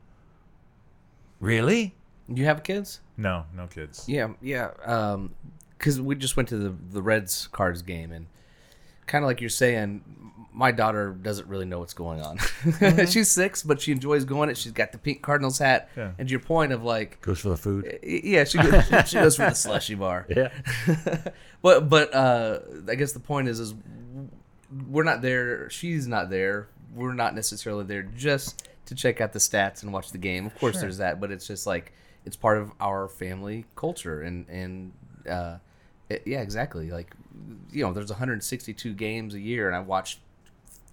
Really? You have kids? No, no kids. Yeah, yeah. Um, because we just went to the the Reds Cards game, and kind of like you're saying, my daughter doesn't really know what's going on. She's six, but she enjoys going. It. She's got the pink Cardinals hat. Yeah. And to your point of like, Goes for the food. y- yeah, she goes, she goes for the slushy bar. Yeah. but but uh, I guess the point is is we're not there. She's not there. We're not necessarily there just to check out the stats and watch the game. Of course, there's that, but it's just like it's part of our family culture and and uh, it- yeah, exactly. Like you know, there's 162 games a year, and I watched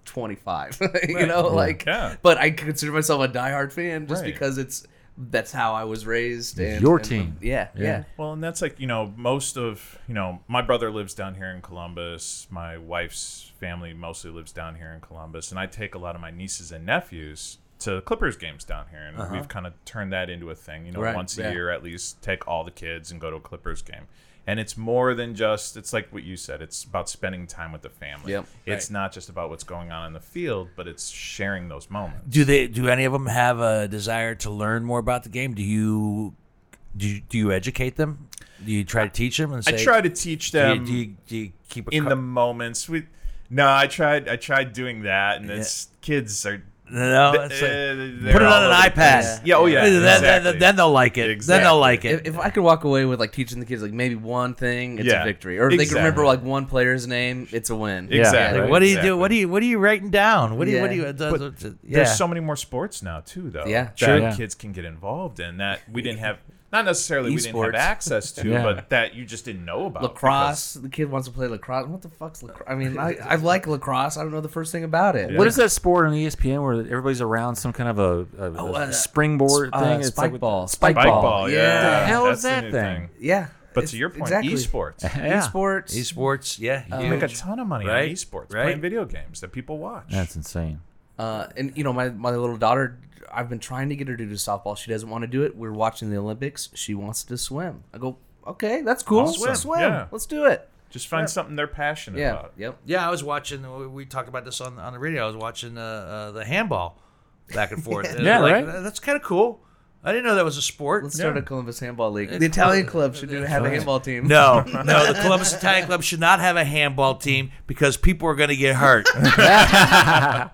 25. you know, like Yeah. but I consider myself a diehard fan just Right. because it's that's how I was raised. And, your and- team. yeah, yeah. Well, and that's like, you know, most of, you know, my brother lives down here in Columbus. My wife's family mostly lives down here in Columbus. And I take a lot of my nieces and nephews to Clippers games down here. And Uh-huh. we've kind of turned that into a thing, you know, Right, once a yeah. year at least, take all the kids and go to a Clippers game. And it's more than just, it's like what you said, it's about spending time with the family. Yep. It's not just about what's going on in the field, but it's sharing those moments. Do they? Do any of them have a desire to learn more about the game? Do you? Do you, do you educate them? Do you try to teach them and I say? try to teach Do them. you, do you, do you keep a in co- the moments. We no, I tried. I tried doing that, and it's kids are no? uh, Oh, it's like- they're put it all on over an the iPad. place. Yeah, oh yeah, Then- then- exactly. then they'll like it. Then they'll like it. If, if I could walk away with like teaching the kids like maybe one thing, it's Yeah, a victory. Or if they can remember exactly. like one player's name, it's a win. Yeah. Exactly. Like, what do you Exactly. do? What do you? What are you writing down? What do you? What do you? Yeah. uh, uh, uh, yeah. There's so many more sports now too, though. Yeah. that Sure. Yeah. kids can get involved in that we didn't have. Not necessarily we didn't have Esports. access to, Yeah. but that you just didn't know about Lacrosse. The kid wants to play lacrosse. What the fuck's lacrosse? I mean, I, I like lacrosse. I don't know the first thing about it. What is that sport on E ESPN where everybody's around some kind of a, a, a uh, springboard uh, thing? It's spike like- ball. Spike because- ball. bike ball. Yeah, Yeah. The hell that's is the that new thing? Yeah. But it's- to your point, exactly. esports Yeah. Esports. esports. Yeah, You make a huge. ton of money Right. on esports Right. playing video games that people watch. That's insane. Uh, and you know, my, my little daughter, I've been trying to get her to do softball. She doesn't want to do it. We're watching the Olympics. She wants to swim. I go, okay, that's cool. Awesome. Let's swim. Yeah. Let's do it. just find something they're passionate Yeah. about. Yep. Yeah, I was watching. we- We talked about this on, on the radio. I was watching uh, uh, the handball back and forth. And Yeah, like, right? That's kind of cool. I didn't know that was a sport. Let's start Yeah. a Columbus handball league. The Italian club should do- have a handball team. no, no, the Columbus Italian Club should not have a handball team because people are going to get hurt.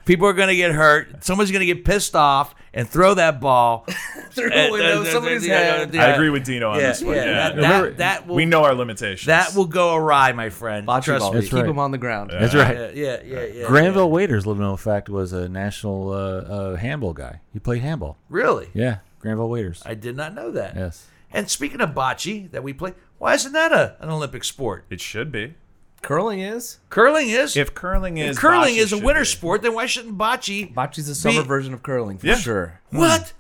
people are going to get hurt. Someone's going to get pissed off and throw that ball. through Eh, at- a window, at- at- somebody's yeah, head. yeah. I agree with Dino on Yeah, this one. yeah, Yeah, that- that- that will- we know our limitations. That will go awry, my friend. Bocce Trust ball. me. That's Keep right. them on the ground. That's right. Yeah, yeah, yeah. yeah Granville yeah. Waiters, little known fact, was a national uh, uh, handball guy. He played handball. Really? Yeah, Granville Waiters. I did not know that. yes. And speaking of bocce that we play, why isn't that a, an Olympic sport? it should be. Curling is. Curling is. If curling If is curling bocce is a should winter be. sport, then why shouldn't bocce? Bocce's a summer Be- version of curling for Yeah. sure. What?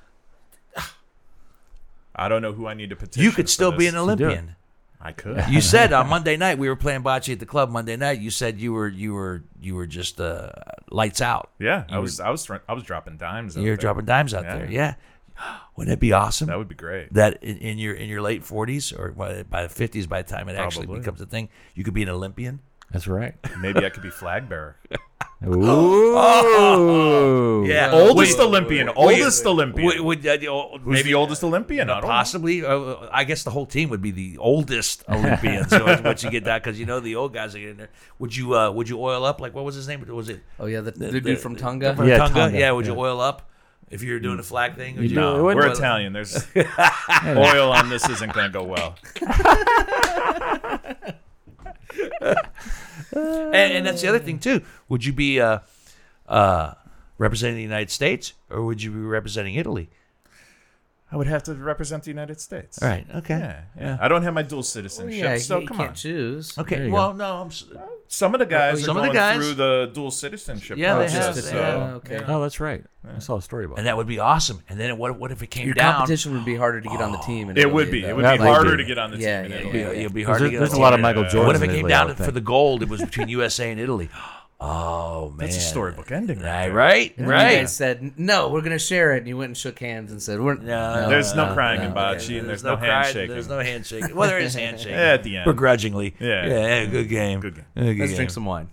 I don't know who I need to petition. You could for still be this. an Olympian. I could. You said on Monday night we were playing bocce at the club. Monday night, you said you were you were you were just uh, lights out. Yeah, I was. I was. thr- I was dropping dimes. out You're there. dropping dimes out Yeah. there. Yeah, wouldn't it be awesome? That would be great. that in, in your in your late 40s or by by the 50s, by the time it actually Probably. becomes a thing, you could be an Olympian. That's right. Maybe I could be flag bearer. Ooh. Yeah, oldest Olympian. oldest Olympian. Would, would, uh, oh, Who's maybe the oldest Olympian? I don't know. Possibly, uh, I guess the whole team would be the oldest Olympians so it's once you get that, because you know the old guys are getting there. Would you uh, would you oil up? Like what was his name? Was it Oh yeah, the, the, dude from Tonga. from Yeah, Tonga? Tonga, Yeah, would you yeah. oil up if you were doing the flag thing? Would you, No, No, it we're wouldn't- Italian. There's oil on this isn't going to go well. and, and that's the other thing too. Would you be uh, uh, representing the United States or would you be representing Italy? I would have to represent the United States. All right. Okay. Yeah, yeah. I don't have my dual citizenship, yeah, so you come can't on. choose. Okay. you Well, no, I'm. s- Some of the guys Some are of the going guys- through the dual citizenship Yeah, they process. have- they so, have- okay. Oh, that's right. I saw a story about And it. that would be awesome. And then what? What if it came Your down? competition would be harder to get on the team. in It Italy, would be. It though. would be That would harder be- to get on the Yeah, team. yeah, It'd in Italy. be, yeah. it'd be hard There's, to get. a, there's on a the lot team. of Michael Jordan. What if it came down for the gold? It was between USA and Italy. Oh man, That's a storybook ending. Right, there. right, You right. guys said no. We're gonna share it, and you went and shook hands and said, "We're No, There's no crying in bocce, and there's no cry- handshaking. There's no handshake. Well, there is handshake. Yeah, at the end. begrudgingly. Yeah. Mm-hmm. yeah. Good game. Good game. Let's drink some wine."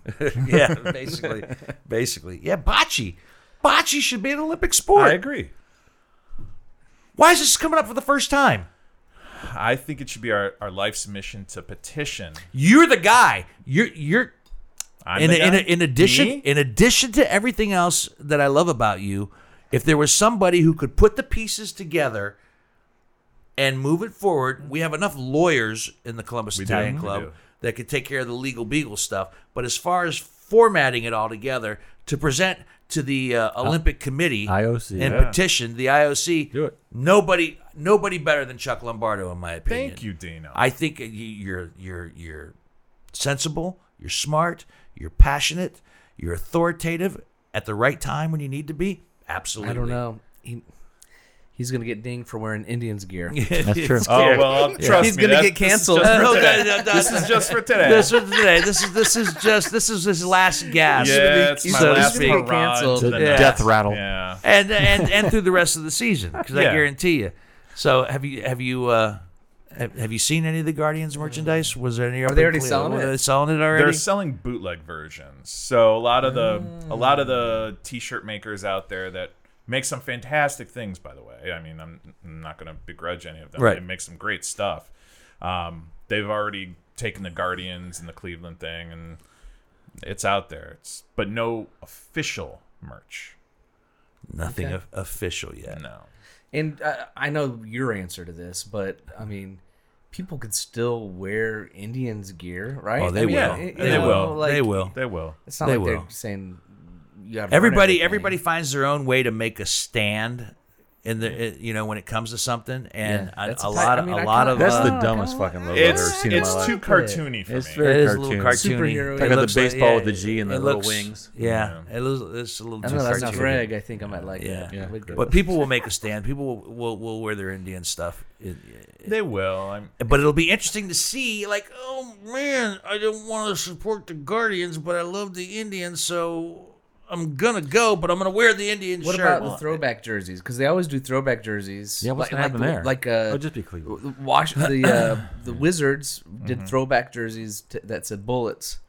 yeah, basically, basically. Yeah, bocce. Bocce should be an Olympic sport. I agree. Why is this coming up for the first time? I think it should be our, our life's mission to petition. You're the guy. You're you're I'm in, the in, guy. in addition Me? in addition to everything else that I love about you, if there was somebody who could put the pieces together and move it forward, we have enough lawyers in the Columbus We do, Italian we Club do. that could take care of the legal beagle stuff. But as far as formatting it all together to present to the uh, Olympic Committee IOC. and Yeah. petition the IOC, Do it. Nobody, nobody better than Chuck Lombardo, in my opinion. Thank you, Dino. I think you- you're you're you're sensible, you're smart, you're passionate, you're authoritative at the right time when you need to be. Absolutely. I don't know. He, he's gonna get dinged for wearing Indians gear. That's true. oh well, trust He's me. gonna that- get this is canceled. just for No, no, today. no, no, This no. is just for today. This is today. This is this is just this is his last gasp. yeah, it's my so to last speak. speaking. hurrah Canceled. to the The next. death rattle. Yeah. and and and through the rest of the season because I Yeah. guarantee you. So have you have you uh, have, have you seen any of the Guardians merchandise? Was there any? Are they already selling Were it? they selling it already? They're selling bootleg versions. So a lot of the a lot of the t-shirt makers out there that make some fantastic things by the way. I mean, I'm, I'm not going to begrudge any of them. Right. They make some great stuff. Um, they've already taken the Guardians and the Cleveland thing and it's out there. It's but no official merch. Nothing o- official yet. No. And uh, I know your answer to this, but I mean, people could still wear Indians gear, right? Oh, they I mean, will. yeah, it- They you will. like, they will. They will. It's not They like will. they're saying you gotta burn everybody everything. everybody finds their own way to make a stand in the it- you know when it comes to something and Yeah, a- that's a, a ti- lot I mean, a I lot kinda- of That's uh, the dumbest fucking logo I've ever It's seen in my it's life. too cartoony for It's me. very it is a little cartoons. cartoony. Superhero. It Talking about the looks like- baseball yeah, with the G and the it little looks- wings. Yeah, it looks it's a little I too don't know that's not cartoony. Greg. I think I might like Yeah. that. Yeah. Would go. But people will make a stand. People will will, will wear their Indian stuff. It- They will. I'm but it'll be interesting to see like oh man i don't want to support the guardians but i love the indians so i'm gonna go but i'm gonna wear the indian What shirt about the throwback jerseys? Because they always do throwback jerseys. Yeah, what's like, gonna happen like, there? Like uh, It'll just be Cleveland. w- Wash the uh, the Wizards did throwback jerseys t- that said bullets.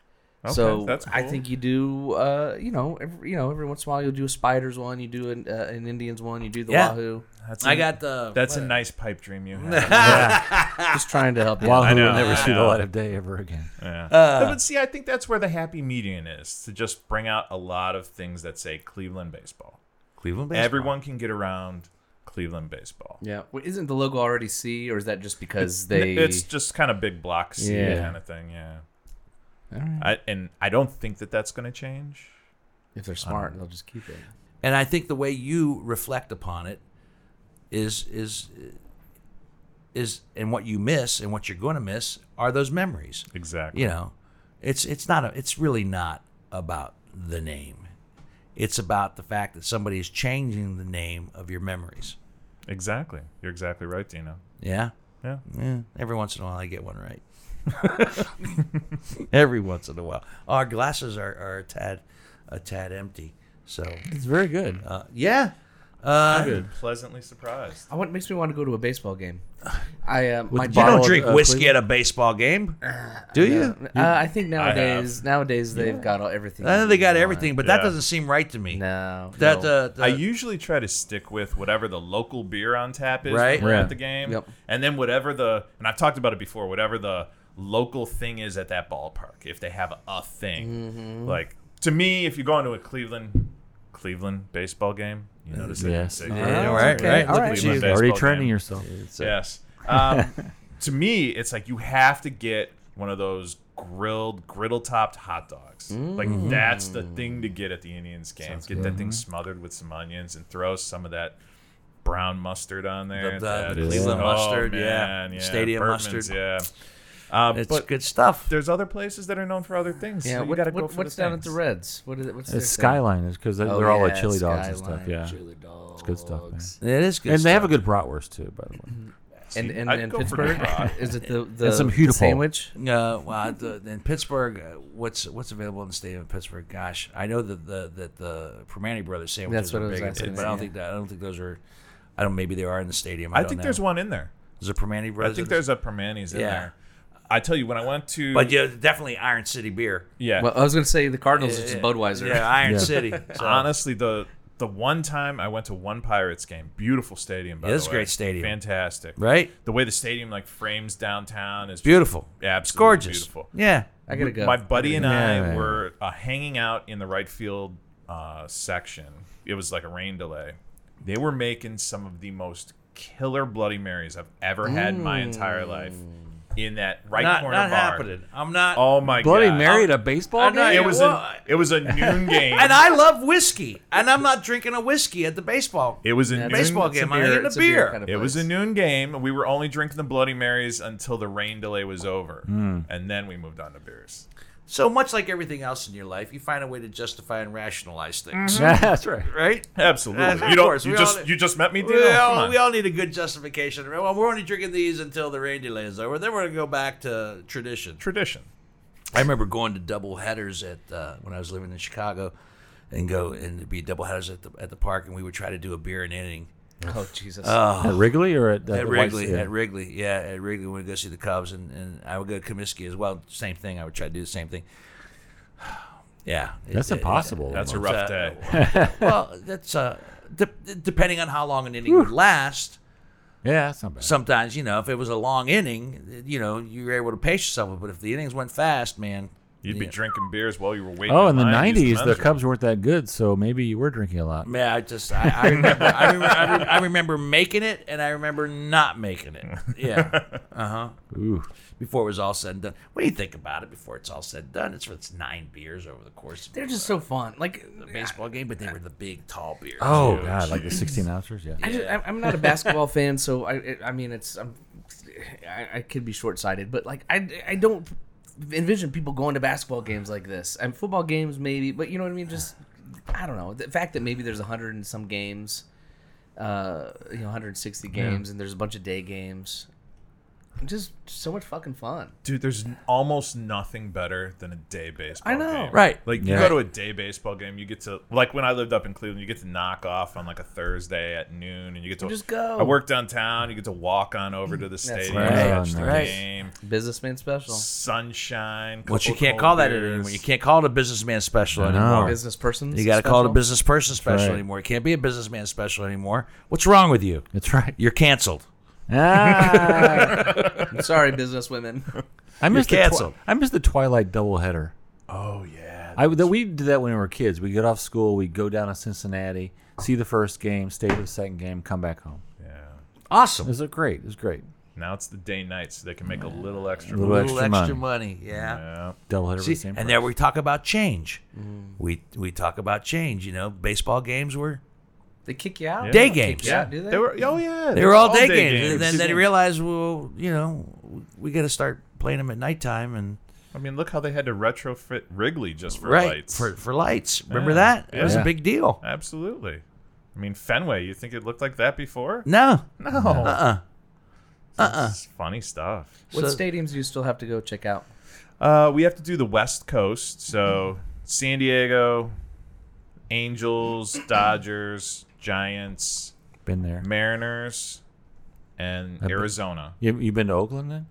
so Okay, that's I cool. think you do. Uh, you know, every, you know, every once in a while you'll do a spiders one, you do an, uh, an Indians one, you do the Yeah. Wahoo. that's i a- got the That's a nice pipe dream you have. Just trying to help you. Wahoo out. I know, will never I see the know. light of day ever again. Yeah. Uh, but see, I think that's where the happy median is to just bring out a lot of things that say Cleveland baseball. cleveland Everyone can get around Cleveland baseball. Yeah, well, isn't the logo already C, or is that just because they? It's just kind of big block C Yeah. kind of thing. Yeah. All right. I, and I don't think that that's going to change. if they're smart, they'll just keep it. and I think the way you reflect upon it is is is and what you miss and what you're going to miss are those memories. Exactly. You know, it's it's not a, it's really not about the name. It's about the fact that somebody is changing the name of your memories. Exactly. You're exactly right, Dino. Yeah. Yeah. Yeah, every once in a while I get one right. every once in a while, our glasses are, are a tad a tad empty. So It's very good. uh, yeah, uh, I'm pleasantly surprised. I want makes me want to go to a baseball game. I uh, my the You dad- bottle don't of, drink uh, whiskey Cleveland? at a baseball game, do Yeah. you? Uh, I think nowadays, nowadays they've got all, everything. I know they you got want. everything, but that Yeah. doesn't seem right to me. No, That no. uh, the, I usually try to stick with whatever the local beer on tap is Right. when we're Yeah. at the game, Yep. and then whatever the and I've talked about it before. Whatever the local thing is at that ballpark, if they have a thing, Mm-hmm. like to me, if you're going to a Cleveland Cleveland baseball game, you notice they yes. say Oh, Yeah, Cleveland right, okay. right. All Look right. at Cleveland you. baseball Already game. training yourself. Yes. Um, to me, it's like you have to get one of those grilled, griddle topped hot dogs. Mm. Like that's the thing to get at the Indians game. get that thing Mm-hmm. smothered with some onions and throw some of that brown mustard on there. The- the- That the is- Oh, Cleveland mustard, yeah. man, yeah. Stadium Bertman's, mustard. Yeah. Uh, It's but good stuff. there's other places that are known for other things. yeah. so you what, got to what- go for what's the down things. at the Reds? What is it? What's their It's thing? Uh, Skyline is because they're, Oh, they're all yeah, like chili dogs and Skyline, stuff. Yeah, chili dogs. it's good stuff, man. It is good. And they stuff. have a good bratwurst too, by the way. And and, I'd and go for Pittsburgh Detroit. is it the the, And some the Hudepohl. sandwich? Uh, well, the, in Pittsburgh, uh, what's what's available in the stadium of Pittsburgh? Gosh, I know that the that the Permani Brothers sandwiches That's what are I was big, in asking, Pittsburgh, but I don't yeah. think that I don't think those are. I don't. Maybe they are in the stadium. I, I don't think know. there's one in there. Is it Permani I Brothers? think there's a Permanis in Yeah. there. I tell you, when I went to but yeah, definitely Iron City beer. yeah, Well, I was gonna say the Cardinals. it's Yeah, Budweiser. Yeah, Iron Yeah. City. So, honestly the the one time I went to one Pirates game, beautiful stadium. By Yeah, the it's a way. great stadium. fantastic. Right? The way the stadium like frames downtown is Beautiful. It's absolutely gorgeous. beautiful. Yeah. I gotta go. My buddy and Yeah. I were uh, hanging out in the right field uh, section. It was like a rain delay. They were making some of the most killer Bloody Marys I've ever had in my entire life. In that right Mm. not corner not bar. happening. I'm not. Oh my Bloody god! Mary at a baseball I'm game? not- It was Well, a it was a noon game. and I love whiskey, and I'm not drinking a whiskey at the baseball. it was a Yeah, noon baseball it's a game, I beer- need a it's beer. kind of It place. was a noon game. and We were only drinking the Bloody Marys until the rain delay was over, Hmm. and then we moved on to beers. So much like everything else in your life, you find a way to justify and rationalize things, Yeah, that's right. right? Of Absolutely, you don't. course, you we just all- you just met me, Dino. We Mm. Come all, on. we all need a good justification. Well, we're only drinking these until the rain delay is over. Then we're gonna go back to tradition. Tradition. I remember going to double headers at uh, when I was living in Chicago, and go and it'd be double headers at the at the park, and we would try to do a beer and inning. Oh Jesus! At Wrigley or at, At the White- Wrigley, yeah. at Wrigley, yeah, at Wrigley, we would go see the Cubs, and, and I would go to Comiskey as well. Same thing. I would try to do the same thing. Yeah, it- That's it- impossible. That's a It's, rough uh, day. well, that's uh, de- depending on how long an inning would last. yeah, that's not bad. Sometimes, you know, if it was a long inning, you know, you were able to pace yourself. But if the innings went fast, man, You'd be yeah. drinking beers while you were waiting. Oh, in the line. These '90s, the times were- Cubs weren't that good, so maybe you were drinking a lot. Man, I just I, I remember I remember, I, re- I remember making it and I remember not making it. Yeah, Uh-huh. Ooh, before it was all said and done. What do you think about it? Before it's all said and done, it's it's nine beers over the course of They're just so fun. Like a baseball game, but they were the big tall beers. oh god, like the 16 ounces, yeah. I just, I'm- I'm not a basketball fan, so I I- I mean it's I'm, I, I could be short sighted, but like I I don't envision people going to basketball games like this. And football games maybe, but you know what I mean. Just I don't know the fact that maybe there's 100 and some games, uh, you know 160 games, and there's a bunch of day games. Just so much fucking fun. dude, there's n- almost nothing better than a day baseball. I know. game. Right. Like Yeah. you go to a day baseball game, you get to like when I lived up in Cleveland, you get to knock off on like a Thursday at noon, and you get to Just go. I work downtown. You get to walk on over to the stadium, right. catch the Right. game, Businessman special. sunshine. Which you couple can't cold call that beers. anymore. You can't call it a businessman special anymore. Business person. You got to call it a special. business person special right. anymore. It can't be a businessman special anymore. What's wrong with you? That's right. You're canceled. Ah, I'm sorry, business women. I missed the canceled. twi- I missed the Twilight doubleheader. Oh yeah. I that we did that when we were kids. We get off school, we go down to Cincinnati, see the first game, stay for the second game, come back home. yeah. It Awesome. was great. It was great. Now it's the day night, so they can make a little extra. Little money. Little extra extra money. yeah. Yeah. Doubleheader. See, was the same and there price. we talk about change. We we talk about change. You know, baseball games were They kick you out. Yeah. day games. Yeah, do they? They were. Oh yeah. They were all day, games. And then they realized, well, you know, we got to start playing them at nighttime and I mean, look how they had to retrofit Wrigley just for right lights. for for lights. Remember Yeah. that? It was a Yeah. big deal. Absolutely. I mean, Fenway. You think it looked like that before? No, Uh-uh. No. Uh uh, Funny stuff. What So- stadiums do you still have to go check out? Uh, we have to do the West Coast, so San Diego, Angels, Dodgers, Giants, been there. Mariners, and bet- Arizona. You you been to Oakland then?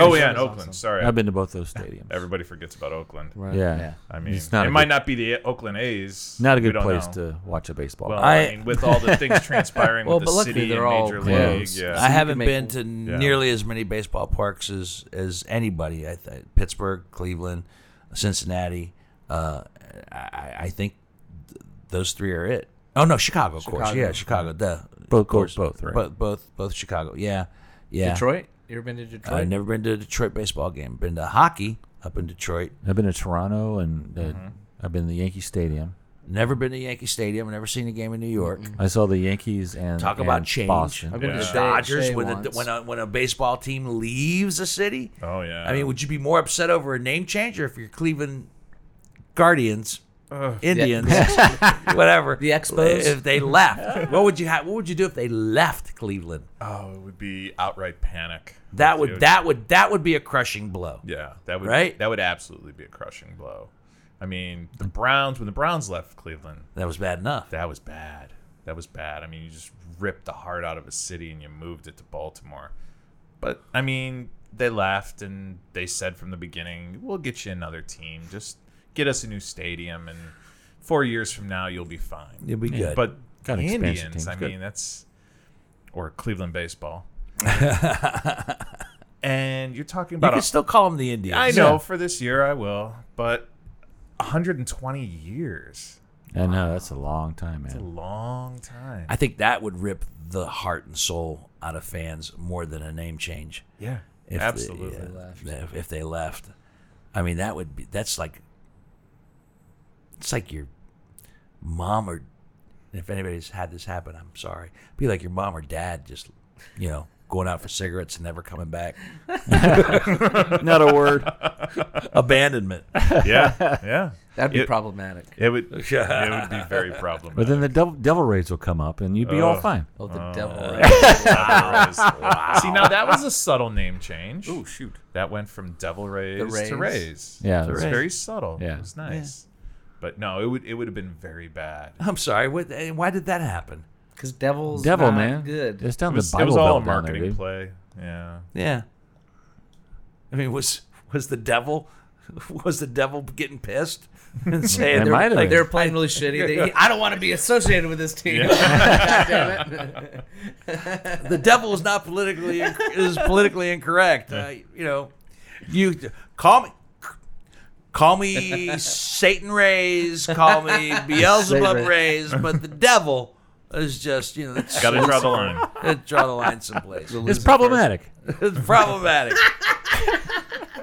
Oh yeah, and Oakland. Sorry, I've been to both those stadiums. everybody forgets about Oakland. Right. Yeah. I mean, It's not it a might good- not be the Oakland A's. Not a We good don't place know. to watch a baseball. Well, game. I, I- mean, with all the things transpiring Well, with but the luckly city they're and all major league, closed. yeah. I haven't make been one. to Yeah. nearly as many baseball parks as as anybody. I th- Pittsburgh, Cleveland, Cincinnati. Uh, I- I, I think th- those three are it. Oh no, Chicago, of course. Chicago. Yeah, Chicago. Duh. Both- of course, both- both, right? both, both, both Chicago. Yeah, yeah. Detroit. You ever been to Detroit? I've never been to a Detroit baseball game. Been to hockey up in Detroit. I've been to Toronto and uh, I've been to Yankee Stadium. Never been to Yankee Stadium. Never seen a game in New York. I saw the Yankees and Talk and about change. Boston. I've been Yeah. to Shea- Dodgers Shea when a, once. when a when a baseball team leaves a city. Oh yeah. I mean, would you be more upset over a name change or if your Cleveland Guardians, Indians, whatever, The Expos? if they left? What would you have? What would you do if they left Cleveland? oh, it would be outright panic. That It would that would that would be a crushing blow. Yeah, that would Right? That would absolutely be a crushing blow. I mean, the Browns when the Browns left Cleveland, That was bad enough. that was bad. That was bad. I mean, you just ripped the heart out of a city and you moved it to Baltimore. But I mean, they left and they said from the beginning, "We'll get you another team. Just get us a new stadium and four years from now, you'll be fine. You'll be good. But Got an expansion Indians, team, I it's good. mean, that's or Cleveland baseball. and you're talking you about can a- still call them the Indians. uh, I know for this year I will, but 120 years. I know that's a long time, It's a man. long time. I think that would rip the heart and soul out of fans more than a name change. yeah. If they- absolutely. yeah, If, if they left, I mean that would be that's like it's like your mom or if anybody's had this happen, I'm sorry. Be like your mom or dad, just you know, going out for cigarettes and never coming back. Not a word. Abandonment. Yeah. Yeah. That'd be It- problematic. It would it would be very problematic. But then the devil, devil rays will come up, and you'd be all Ugh. fine. Oh, the Uh, devil. Devil Rays. See, now that was a subtle name change. Oh shoot. That went from Devil Rays, Rays. to Rays. Yeah, It was the Rays. very subtle. Yeah. It was nice. But no, it would it would have been very bad. I'm sorry. What, eh, why did that happen? Because devil's Devil, not man. good. It's down It was, the it Bible was all a Belt down there, marketing dude. play. Yeah. Yeah. I mean, was was the devil was the devil getting pissed and saying It might have like, been. They're playing really shitty. They, I don't want to be associated with this team. God damn it. the devil is not politically is politically incorrect. Uh, you know, you call me call me Satan rays, call me Beelzebub Satan rays, but the devil is just you know it's, Got to draw the line. it's- draw the line someplace. It's problematic. It's problematic.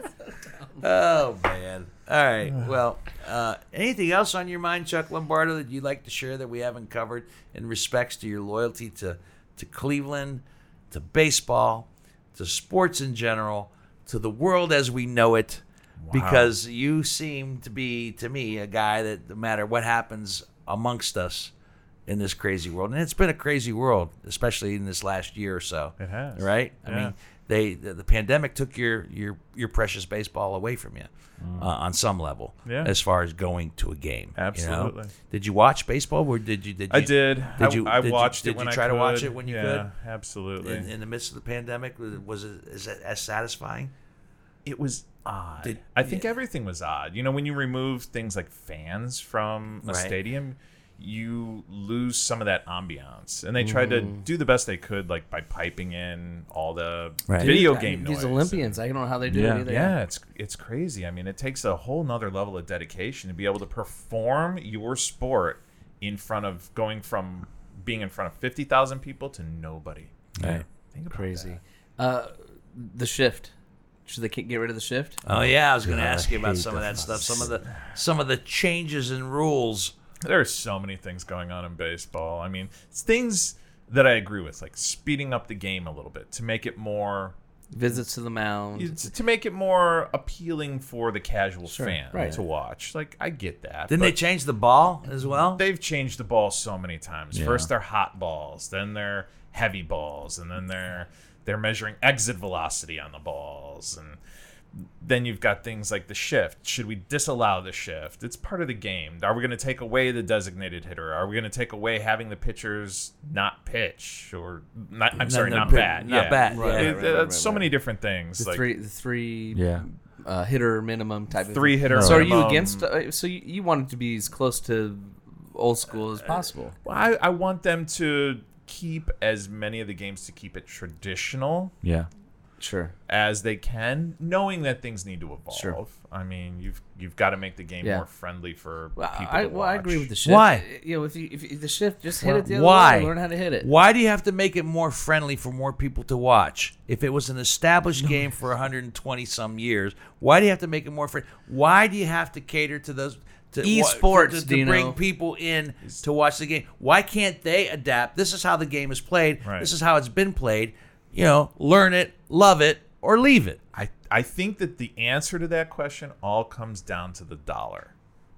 oh man. All right. Well, uh, anything else on your mind, Chuck Lombardo, that you'd like to share that we haven't covered in respects to your loyalty to to Cleveland, to baseball, to sports in general, to the world as we know it? Because you seem to be, to me, a guy that no matter what happens amongst us in this crazy world, and it's been a crazy world, especially in this last year or so It has. right? I Yeah. mean, they the, the pandemic took your your your precious baseball away from you uh, on some level, Mm. Yeah. as far as going to a game. you know? Absolutely. Did you watch baseball? Or did you? Did you I did. Did I, you? I did watched you, it Did when you I try to watch could. it when you yeah, Absolutely. could? In, in the midst of the pandemic, was it is it as satisfying? it was odd. Did- I think everything was odd. You know, when you remove things like fans from a Right. stadium, you lose some of that ambiance. And they tried to Mm. do the best they could, like by piping in all the Right. video game These noise. Olympians, I don't know how they do Yeah. it either. Yeah, it's it's crazy. I mean, it takes a whole nother level of dedication to be able to perform your sport in front of going from being in front of fifty thousand people to nobody. Right. Think about Crazy. Uh, the shift. Should they ki- get rid of the shift? Oh yeah, I was going to Yeah, I ask you about hate some of the that stuff. Some of the some of the changes in rules. There are so many things going on in baseball. I mean, it's things that I agree with, like speeding up the game a little bit to make it more Visits to the mound. it's- to make it more appealing for the casual fan right. to watch. Like I get that. Didn't they but change the ball as well? they've changed the ball so many times. Yeah. First they're hot balls, then they're heavy balls, and then they're they're measuring exit velocity on the balls and then you've got things like the shift. Should we disallow the shift? It's part of the game. Are we going to take away the designated hitter? Are we going to take away having the pitchers not pitch or not? I'm sorry, no, not pit- bat. not yeah. bat, Right, yeah. It- right, right, uh, right, so right. many different things. The like three, the three Yeah. uh, hitter minimum type. of Three thing. hitter So are you minimum. against? Uh, so you, you want it to be as close to old school as possible. Well, I, I want them to keep as many of the games to keep it traditional Yeah. Sure. as they can, knowing that things need to evolve. Sure. I mean, you've you've got to make the game Yeah. more friendly for Well, people. I, to well, I agree watch. with the shift. Why? You know, if you, if you, the shift, just hit it the other Why? way. Learn how to hit it. Why do you have to make it more friendly for more people to watch? If it was an established game for 120 some years, why do you have to make it more friendly? Why do you have to cater to those to wha- Esports, to, to Dino. bring people in to watch the game? Why can't they adapt? This is how the game is played. Right. This is how it's been played. You know, learn it, love it, or leave it. I, I think that the answer to that question all comes down to the dollar.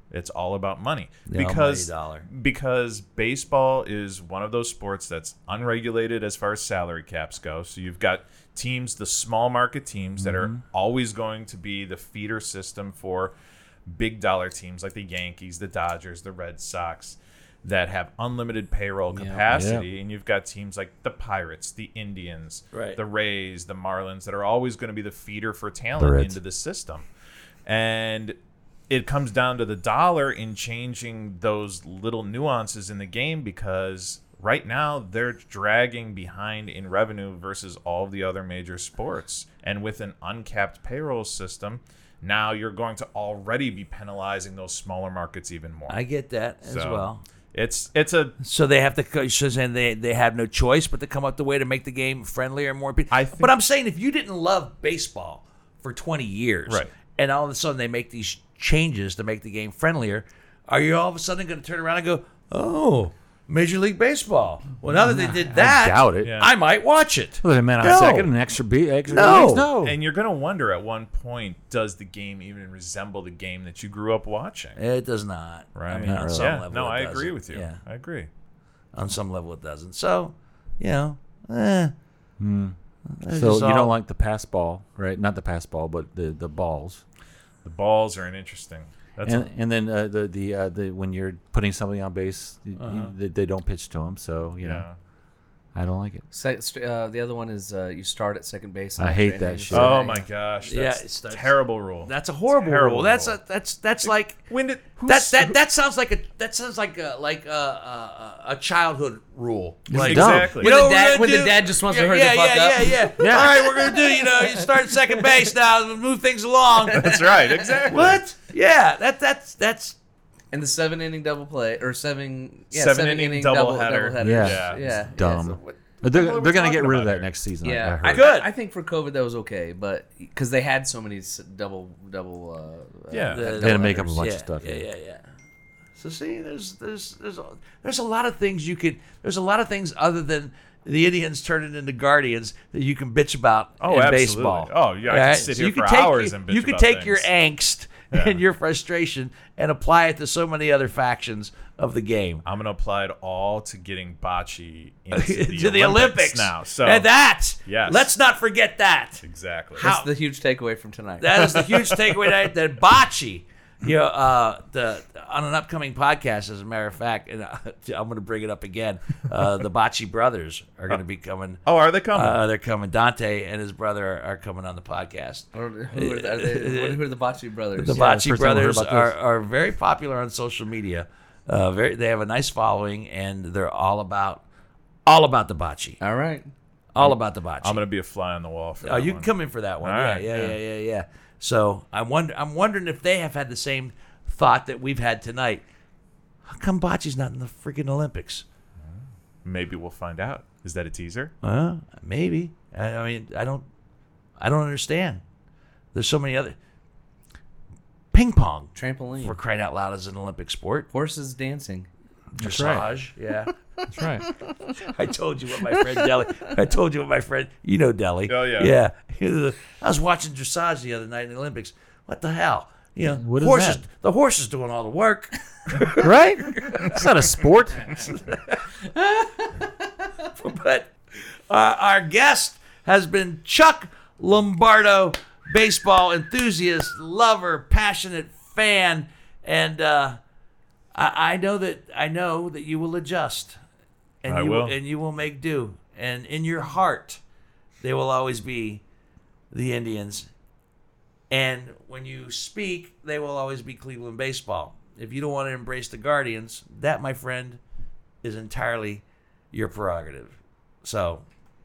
It's all about money almighty because dollar. because baseball is one of those sports that's unregulated as far as salary caps go. So you've got teams, the small market teams that are always going to be the feeder system for big dollar teams like the Yankees, the Dodgers, the Red Sox that have unlimited payroll capacity and you've got teams like the Pirates, the Indians, Right. the Rays, the Marlins that are always going to be the feeder for talent Reds. into the system. And it comes down to the dollar in changing those little nuances in the game because right now they're dragging behind in revenue versus all the other major sports. And with an uncapped payroll system, now you're going to already be penalizing those smaller markets even more. I get that as So, well. It's it's a So they have to, co- so then they they have no choice but to come up the way to make the game friendlier and more. pe- I think- but I'm saying if you didn't love baseball for 20 years, Right. and all of a sudden they make these changes to make the game friendlier, are you all of a sudden going to turn around and go, oh, Major League Baseball? Well, now that they did that, doubt it. I might watch it. Put a man on No. second, an extra beat, extra No. innings? no. and you're going to wonder at one point does the game even resemble the game that you grew up watching? It does not. Right. I mean, on Not some Yeah, level, no, it I agree doesn't. with you. Yeah. I agree. On some level, it doesn't. So, you know, eh. so just you all- don't like the pass ball, right? Not the pass ball, but the, the balls. The balls are an interesting. That's and and then uh, the the uh, the when you're putting somebody on base, you- you, they, they don't pitch to him. So you know, Uh-huh. yeah. I don't like it. Se- st- uh, the other one is uh, you start at second base. I hate that shit. Oh my gosh! Yeah, That's it's- that's- terrible rule. That's a horrible Terrible rule. That's rule. a that's that's like when did who that s- that who- that sounds like a that sounds like a like a a, a childhood rule. Like, dumb. exactly. You what we're know- the dad- gonna when the dad just wants to hurry the yeah, fuck yeah, up. Yeah, yeah, All right, we're gonna do. You know, you start at second base now. Move things along. that's right. Exactly. what? Yeah, that that's that's And the seven inning double play or seven yeah, Seven seven, inning inning double double, header. double headers. Yeah. Yeah. yeah, It's yeah. dumb. so what- But they're What are we they're gonna get talking rid of about that here? next season. I- yeah, I, I, heard. Good. I, think for COVID that was okay, but because they had so many s- double double. Uh, uh, Yeah. the, They had to make up a bunch yeah, of stuff. Yeah, yeah, yeah. So see, there's there's there's a, there's a lot of things you could there's a lot of things other than the Indians turning into Guardians that you can bitch about Oh, in absolutely. baseball. Oh, yeah, I All could sit here you could for take hours your, and bitch You could about take your things. angst and your frustration and apply it to so many other factions of the game. I'm gonna apply it all to getting bocce into the, to the Olympics, now. So and that Yes. let's not forget that. exactly. How- That's the huge takeaway from tonight. That is the huge takeaway that, that Bocce, you know, uh, the on an upcoming podcast, as a matter of fact, and uh, I'm going to bring it up again. Uh, the Bocce brothers are going to be coming. oh, are they coming? Uh, they're coming. Dante and his brother are, are coming on the podcast. Or who, are the, are they, who are the Bocce brothers? The Yeah. that's Oh, the Bocce first time I heard brothers about this. are, are very popular on social media. Uh, very, they have a nice following, and they're all about all about the Bocce, All right. all about the Bocce. I'm gonna be a fly on the wall for Oh, that you one. can come in for that one. All yeah, right, yeah, yeah. yeah, yeah, yeah. So I wonder, I'm wondering if they have had the same thought that we've had tonight. How come bocce's not in the freaking Olympics? Maybe we'll find out. Is that a teaser? Uh, maybe. I, I mean, I don't, I don't understand. There's so many other ping pong. Trampoline. For crying out loud, is an Olympic sport. Horses dancing. Dressage. Yeah. That's right. I told you what my friend Deli. I told you what my friend. You know Deli. Oh, Yeah. yeah. I was watching dressage the other night in the Olympics. What the hell? You know, What is horses. that? The horse is doing all the work. right? It's not a sport. but uh, our guest has been Chuck Lombardo, baseball enthusiast, lover, passionate fan, and uh, I, I know that I know that you will adjust, and I you will. and you will make do, and in your heart, they will always be the Indians, and when you speak, they will always be Cleveland baseball. If you don't want to embrace the Guardians, that, my friend, is entirely your prerogative. So,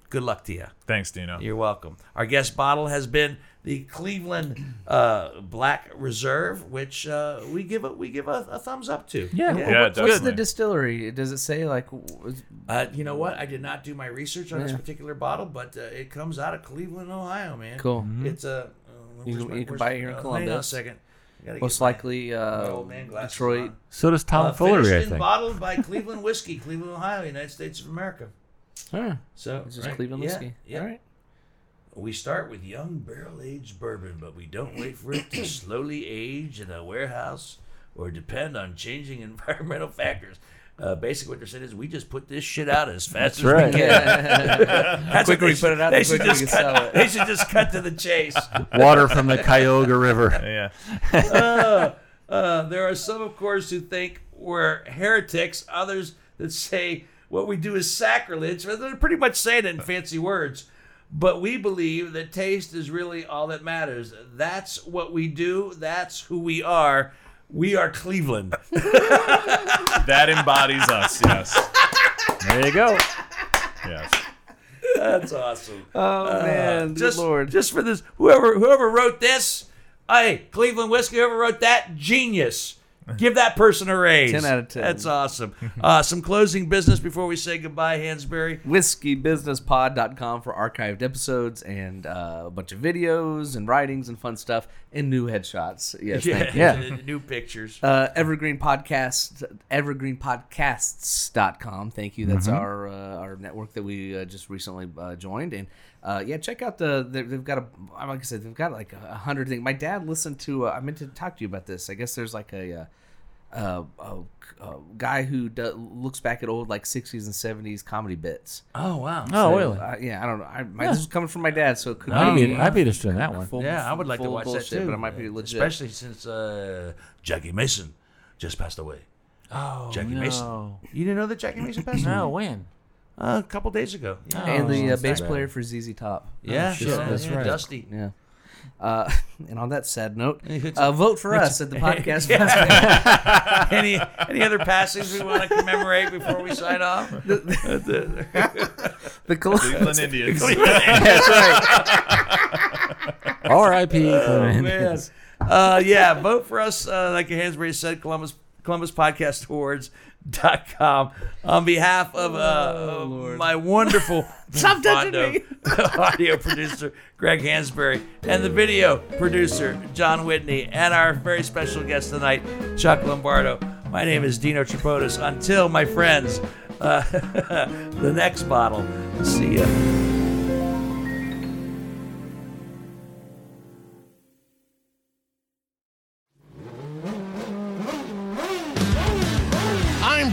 good luck to you. Thanks, Dino. You're welcome. Our guest bottle has been the Cleveland uh, Black Reserve, which uh, we give a, we give a, a thumbs up to. Yeah. yeah, What's the definitely. distillery? Does it say like? w- is- Uh, you know what? I did not do my research on this Yeah. particular bottle, but uh, it comes out of Cleveland, Ohio, man. Cool. Mm-hmm. It's a. You can- you can buy it here in Hang on a Columbus. second. I gotta Most get my- likely, my uh, old man glasses Detroit. on. So does Tom Uh, Foolery, I finished and think. bottled by Cleveland Whiskey, Cleveland, Ohio, United States of America. Huh. So It's just right, Cleveland yeah, whiskey. yeah. All right. We start with young barrel aged bourbon, but we don't wait for it to slowly age in a warehouse or depend on changing environmental factors. Uh, basically, what they're saying is we just put this shit out as fast as right. we can. Yeah. That's quicker what we they put should- it out, they the should quicker just we can cut- sell it. They should just cut to the chase. Water from the Cuyahoga River. Yeah. Uh, there are some, of course, who think we're heretics. Others that say what we do is sacrilege. But They're pretty much saying it in fancy words. But we believe that taste is really all that matters. That's what we do. That's who we are. We are Cleveland. That embodies us. Yes. There you go. Yes. That's awesome. Oh man, good just, lord. just for this, whoever whoever wrote this, hey, Cleveland whiskey, whoever wrote that, genius. Give that person a raise. 10 out of 10. That's awesome. Uh, some closing business before we say goodbye, Hansberry. whiskeybusinesspod.com for archived episodes and uh, a bunch of videos and writings and fun stuff and new headshots. Yes, thank you. Yeah. New pictures. Uh, Evergreen Podcast, evergreenpodcasts.com. Thank you. That's our uh, our network that we uh, just recently uh, joined. And uh, yeah, check out the, they- they've got a, like I said, they've got like a hundred things. My dad listened to, uh, I meant to talk to you about this. I guess there's like a, uh, uh, a, a guy who do, looks back at old like 60s and 70s comedy bits. Oh wow. Oh, So, really? uh, yeah, I don't know. I, my, This is coming from my dad, so it could I'd be. be, I'd be interested in that one. full- Yeah, I would like to full watch that bullshit, too. But it might be legit. Especially since uh, Jackie Mason just passed away. Oh, Jackie Mason. You didn't know that Jackie Mason passed away? No, when? Uh, a couple days ago. Yeah. and the uh, that's bass bad. player for ZZ Top. yeah, shit, yeah, that's yeah, right. Dusty. Yeah. Uh, and on that sad note, uh, vote for us at the podcast. any any other passings we want to commemorate before we sign off? the Col- Cleveland Indians. R.I.P. Cleveland. man. Uh, yeah, vote for us. Uh, like Hansberry said, Columbus Columbus Podcast Awards.com. On behalf of uh, my wonderful Oh, Stop touching Fondo me. audio producer Greg Hansberry and the video producer John Whitney and our very special guest tonight, Chuck Lombardo. My name is Dino Tripodis. Until my friends, uh, the next bottle. See ya. I'm